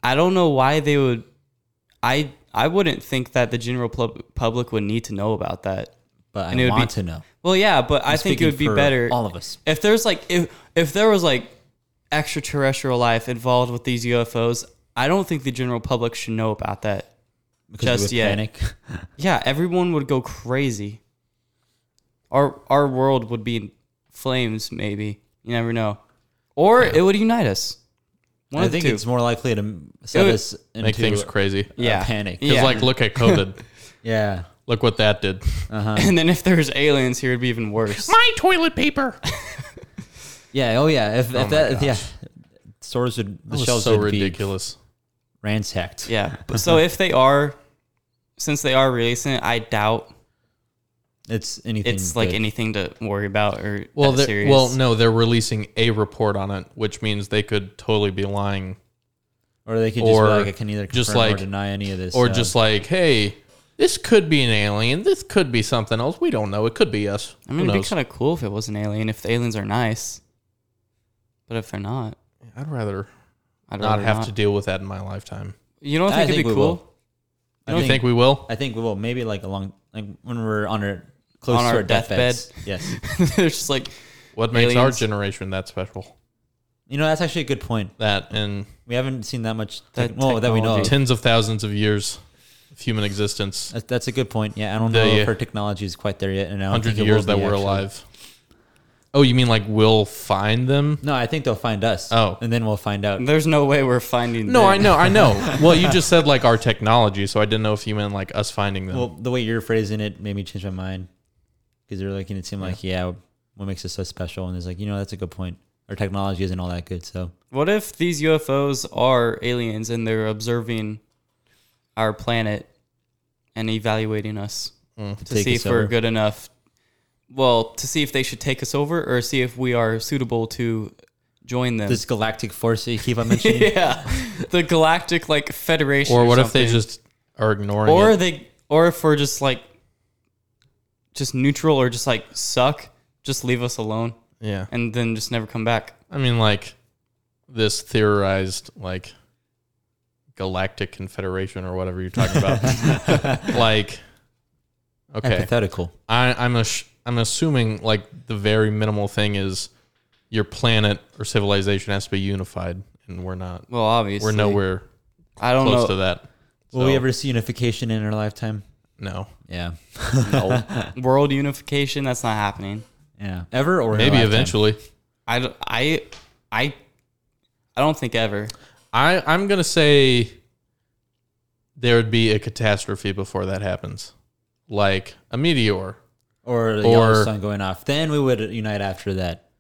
I don't know why they would. I I wouldn't think that the general pub- public would need to know about that. But And it I would want be- to know. Well, yeah, but I think it Speaking would be for better All of us. if there's like if if there was like extraterrestrial life involved with these UFOs. I don't think the general public should know about that. Because Just we would yet. panic. Yeah, everyone would go crazy. Our our world would be in flames, maybe. You never know. Or it would unite us. One I of the think two. it's more likely to m- set would us into Make things crazy. a Yeah. panic. Because Yeah. like, look at COVID. Yeah. look what that did. and then if there's aliens here, it'd be even worse. My toilet paper. Yeah. Oh yeah. If, if that. if- yeah. Stores would That the was shelves so would ridiculous. be ransacked. yeah. But so if they are, since they are releasing it, I doubt It's anything. it's like good. anything to worry about or Well, that they're- serious. well, no, they're releasing a report on it, which means they could totally be lying, or they could just or be like I can either just confirm or like- deny any of this, or uh, just like, hey, this could be an alien, this could be something else. We don't know. It could be us. I mean, Who it'd be knows? kind of cool if it was an alien. If the aliens are nice, but if they're not, I'd rather I'd not rather have to deal with that in my lifetime. You don't I think it'd think be we cool? will. I You think, think, we will? I think we will maybe like along like when we're on our close On to our our deathbeds. deathbed. yes. They're just like What makes our Aliens. generation that special? You know that's actually a good point. That and We haven't seen that much. The Tech- well, that we know. Of. technology. tens of thousands of years of human existence, That's, that's a good point. Yeah, I don't The- uh, know if our technology is quite there yet, and I don't hundred think it will years that be, we're actually. alive. Oh, you mean like we'll find them? No, I think they'll find us. Oh. and then we'll find out. There's no way we're finding. No, them. I know, I know. well, you just said like our technology, so I didn't know if you meant like us finding them. Well, the way you're phrasing it made me change my mind because you're making it seem like, yeah, what makes us so special? And it's like, you know, that's a good point. Our technology isn't all that good, so What if these UFOs are aliens and they're observing our planet and evaluating us Mm, to Take see us if we're over. good enough? Well, to see if they should take us over or see if we are suitable to join them. this galactic force that you keep on mentioning. yeah, the galactic like federation. or what if they something. just are ignoring or it? they or if we're just like just neutral or just like suck, just leave us alone Yeah, and then just never come back. I mean like this theorized like galactic confederation or whatever you're talking about. like, okay, Hypothetical. I, I'm ass- I'm assuming like the very minimal thing is your planet or civilization has to be unified, and we're not. Well, obviously We're nowhere I don't close know. to that. Will So, we ever see unification in our lifetime? No, Yeah, world unification that's not happening yeah. Ever or in our maybe lifetime? eventually. i d- i i I don't think ever I I'm gonna say there would be a catastrophe before that happens, like a meteor. or the Or- Yellowstone going off. Then we would unite after that.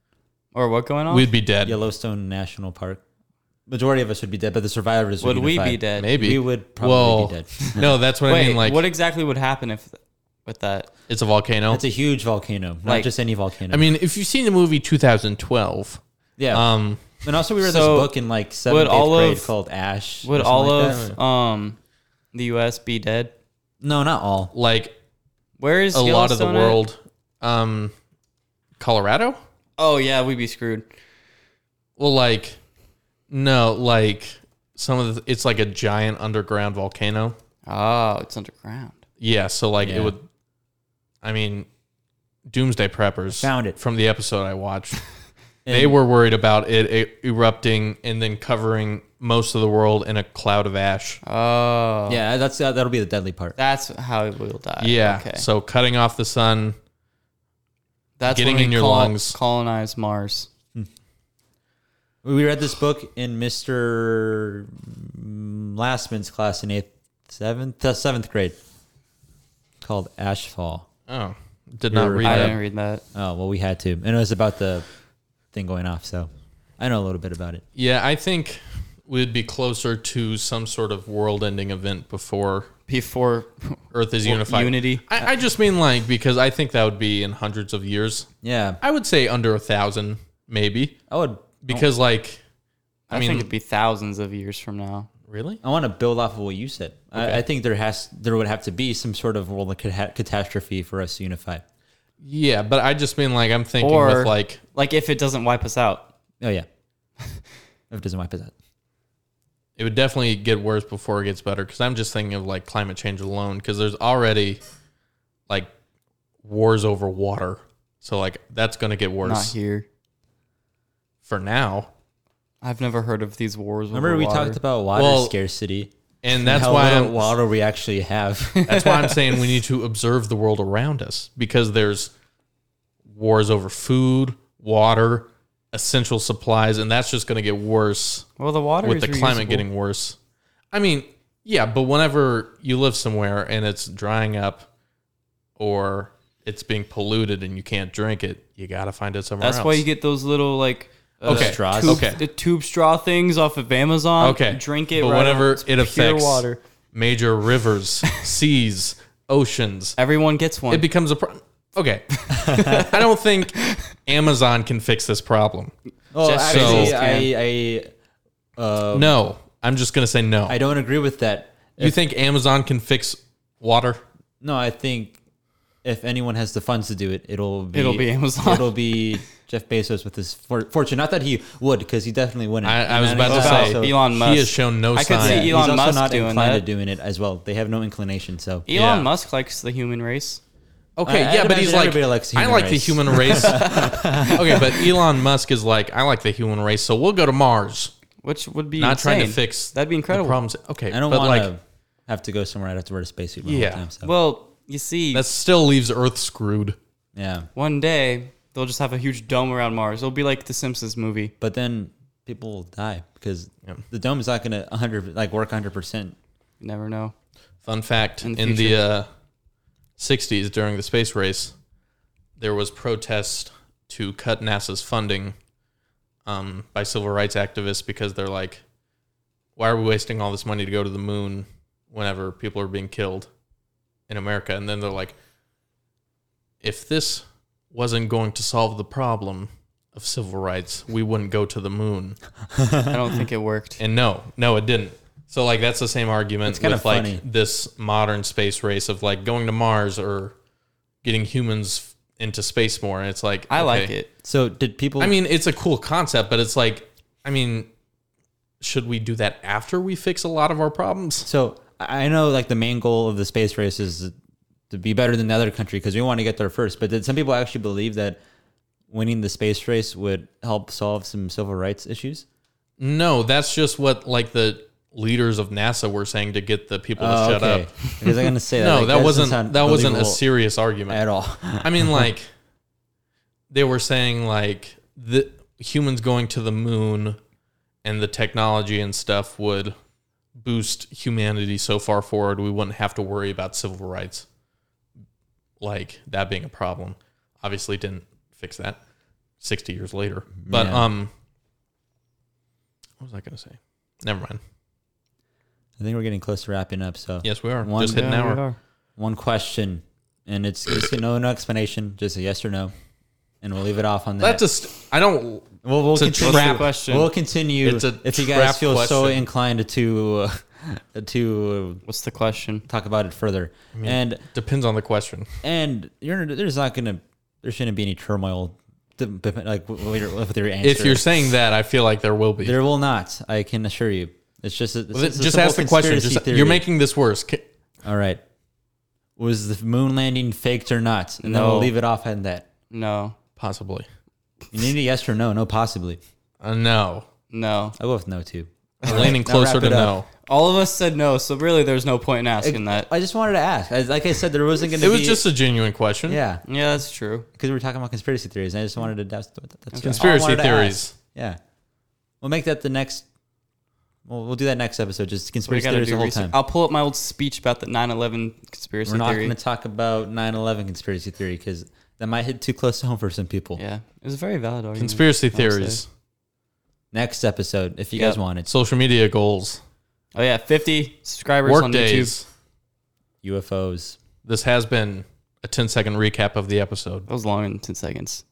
or what going on We'd be dead. Yellowstone National Park. Majority of us would be dead, but the survivors would, would we unify. be dead Maybe We would probably Well, be dead. no, that's what wait I mean. Like what exactly would happen if with that. It's a volcano. It's a huge volcano, not Like- just any volcano. I mean, if you've seen the movie 2012, yeah. um, and also, we read so, this book in like seventh would all eighth grade of- called Ash. or Would something all like of that. um the U.S. be dead? no, not all. like Where is a lot of the Yellowstone at? world, um, Colorado. Oh yeah, we'd be screwed. Well, like, no, like some of the, it's like a giant underground volcano. Oh, it's underground. Yeah, so like Yeah. it would. I mean, Doomsday Preppers I found it. from the episode I watched. they were worried about it, it erupting and then covering most of the world in a cloud of ash. Oh, Yeah, that's uh, that'll be the deadly part. that's how we will Uh, die. yeah, okay. so cutting off the sun. that's getting when we in your col- lungs. Colonize Mars. We read this book in Mister Lastman's class in eighth, seventh, uh, seventh grade, called Ashfall. Oh, did not You're read I that. didn't read that. Oh well, we had to, and it was about the thing going off. So I know a little bit about it. Yeah, I think we'd be closer to some sort of world-ending event before Before Earth is unified. unity. I, I just mean like because I think that would be in hundreds of years. Yeah, I would say under a thousand, maybe, I would because like I, mean- think it'd be thousands of years from now. really, I want to build off of what you said. Okay. I, I think there has there would have to be some sort of world cata- catastrophe for us to unify. yeah. But I just mean like I'm thinking Or- with like Like if it doesn't wipe us out. Oh yeah, if it doesn't wipe us out. it would definitely get worse before it gets better. Because I'm just thinking of like climate change alone. Because there's already like wars over water, so like that's going to get Not worse here. for now. I've never heard of these wars. over Remember we water. talked about water Well, scarcity. And that's how why little I'm water we actually have. That's why I'm saying we need to observe the world around us because there's wars over food, water, essential supplies, and that's just going to get worse Well, the water with is the climate reusable. getting worse. I mean, yeah, but whenever you live somewhere and it's drying up or it's being polluted and you can't drink it, you got to find it somewhere That's else. why you get those little like uh, okay. straws. tube- Okay. the tube straw things off of Amazon. Okay. drink it. But right whenever it's it pure affects- water, Major rivers, seas, oceans, everyone gets one. it becomes a problem. Okay. I don't think Amazon can fix this problem. well, Jeff actually, Bezos I I, Oh. uh, No, I'm just going to say no. I don't agree with that. you think Amazon can fix water? No, I think if anyone has the funds to do it, it'll be It'll be Amazon. It'll be Jeff Bezos with his for- fortune. Not that he would, because he definitely wouldn't. I, I was And I about to think say that's about also- Elon Musk. He has shown no I could sign. see he's Elon also Musk not doing inclined that. to doing it as well. They have no inclination. So Elon Yeah. Musk likes the human race. Okay, I- I'd yeah, but he's imagine like, everybody likes the I human like the race." human race. okay, but Elon Musk is like, I like the human race, so we'll go to Mars. Which would be Not trying to insane. fix That'd be the incredible. problems. Okay, I don't but want like to have to go somewhere. I'd have to wear a spacesuit. my whole Yeah. time, so. Well, you see, that still leaves Earth screwed. yeah. one day they'll just have a huge dome around Mars. It'll be like the Simpsons movie. But then people will die because the dome is not going to hundred like work hundred percent. You never know. Fun fact: In in, the the future. uh, '60s, during the space race, there was protest to cut NASA's funding um, by civil rights activists because they're like, "Why are we wasting all this money to go to the moon whenever people are being killed in America?" And then they're like, "If this wasn't going to solve the problem of civil rights, we wouldn't go to the moon." I don't think it worked. And no, no, it didn't. So like that's the same argument It's kinda with like funny. this modern space race of like going to Mars or getting humans into space more. And it's like I like okay. it. So did people? I mean, it's a cool concept, but it's like, I mean, should we do that after we fix a lot of our problems? So I I know like the main goal of the space race is to be better than the other country because we want to get there first. But did some people actually believe that winning the space race would help solve some civil rights issues? No, that's just what like the leaders of NASA were saying to get the people to shut up. Because I'm gonna say that, No, Oh, like, that doesn't wasn't sound that wasn't a believable serious argument. at all. I mean, like they were saying, like the humans going to the moon and the technology and stuff would boost humanity so far forward, we wouldn't have to worry about civil rights, like that being a problem. Obviously, didn't fix that. Sixty years later, but Yeah. um, what was I going to say? Never mind. I think we're getting close to wrapping up. So Yes, we are One- just hit an Yeah, hour. we are. one question and it's just no no explanation, just a yes or no, and we'll leave it off on that. That's just I don't. we'll we'll it's a continue. trap question. We'll continue It's a if you trap guys feel so question. inclined to uh, to What's the question? uh, talk about it further. and Depends on the question. and you're there's not gonna there shouldn't be any turmoil d- b- like w- with your- with your answer. If you're saying that, I feel like there will be. there will not, I can assure you. It's just a, it's Well, then a just simple ask the question. conspiracy Just, theory. you're making this worse. Ca- all right. Was the moon landing faked or not? And then we'll No. leave it off at that. No, Possibly. You need a yes or no, no possibly. Uh, no. no. I'll go with no too. I'm leaning closer wrap to it no. up. All of us said no, so really, there's no point in asking that. I just wanted to ask. I, like I said, there wasn't going to It be. was just a genuine question. yeah, Yeah, that's true. because we were talking about conspiracy theories. And I just wanted to. That's, that's all I Conspiracy wanted to ask. theories. Yeah, we'll make that the next. Well, we'll do that next episode. Just We conspiracy gotta theories do the whole research. time. I'll pull up my old speech about the 9/11 conspiracy We're not theory. going to talk about 9/11 conspiracy theory because that might hit too close to home for some people. yeah, it was a very valid argument. Conspiracy I'll say. theories. Next episode, if you Yep. guys want it, Social media goals. Oh yeah, 50 subscribers Work on YouTube. days. UFOs. This has been a 10 second recap of the episode. That was longer than 10 seconds.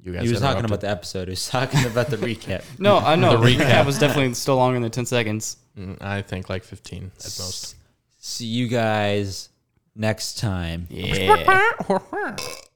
You guys He was talking interrupted. about the episode. He was talking about the recap. No, I know. The the recap. recap was definitely still longer than 10 seconds. Mm, I think like 15 at most. See you guys next time. Yeah.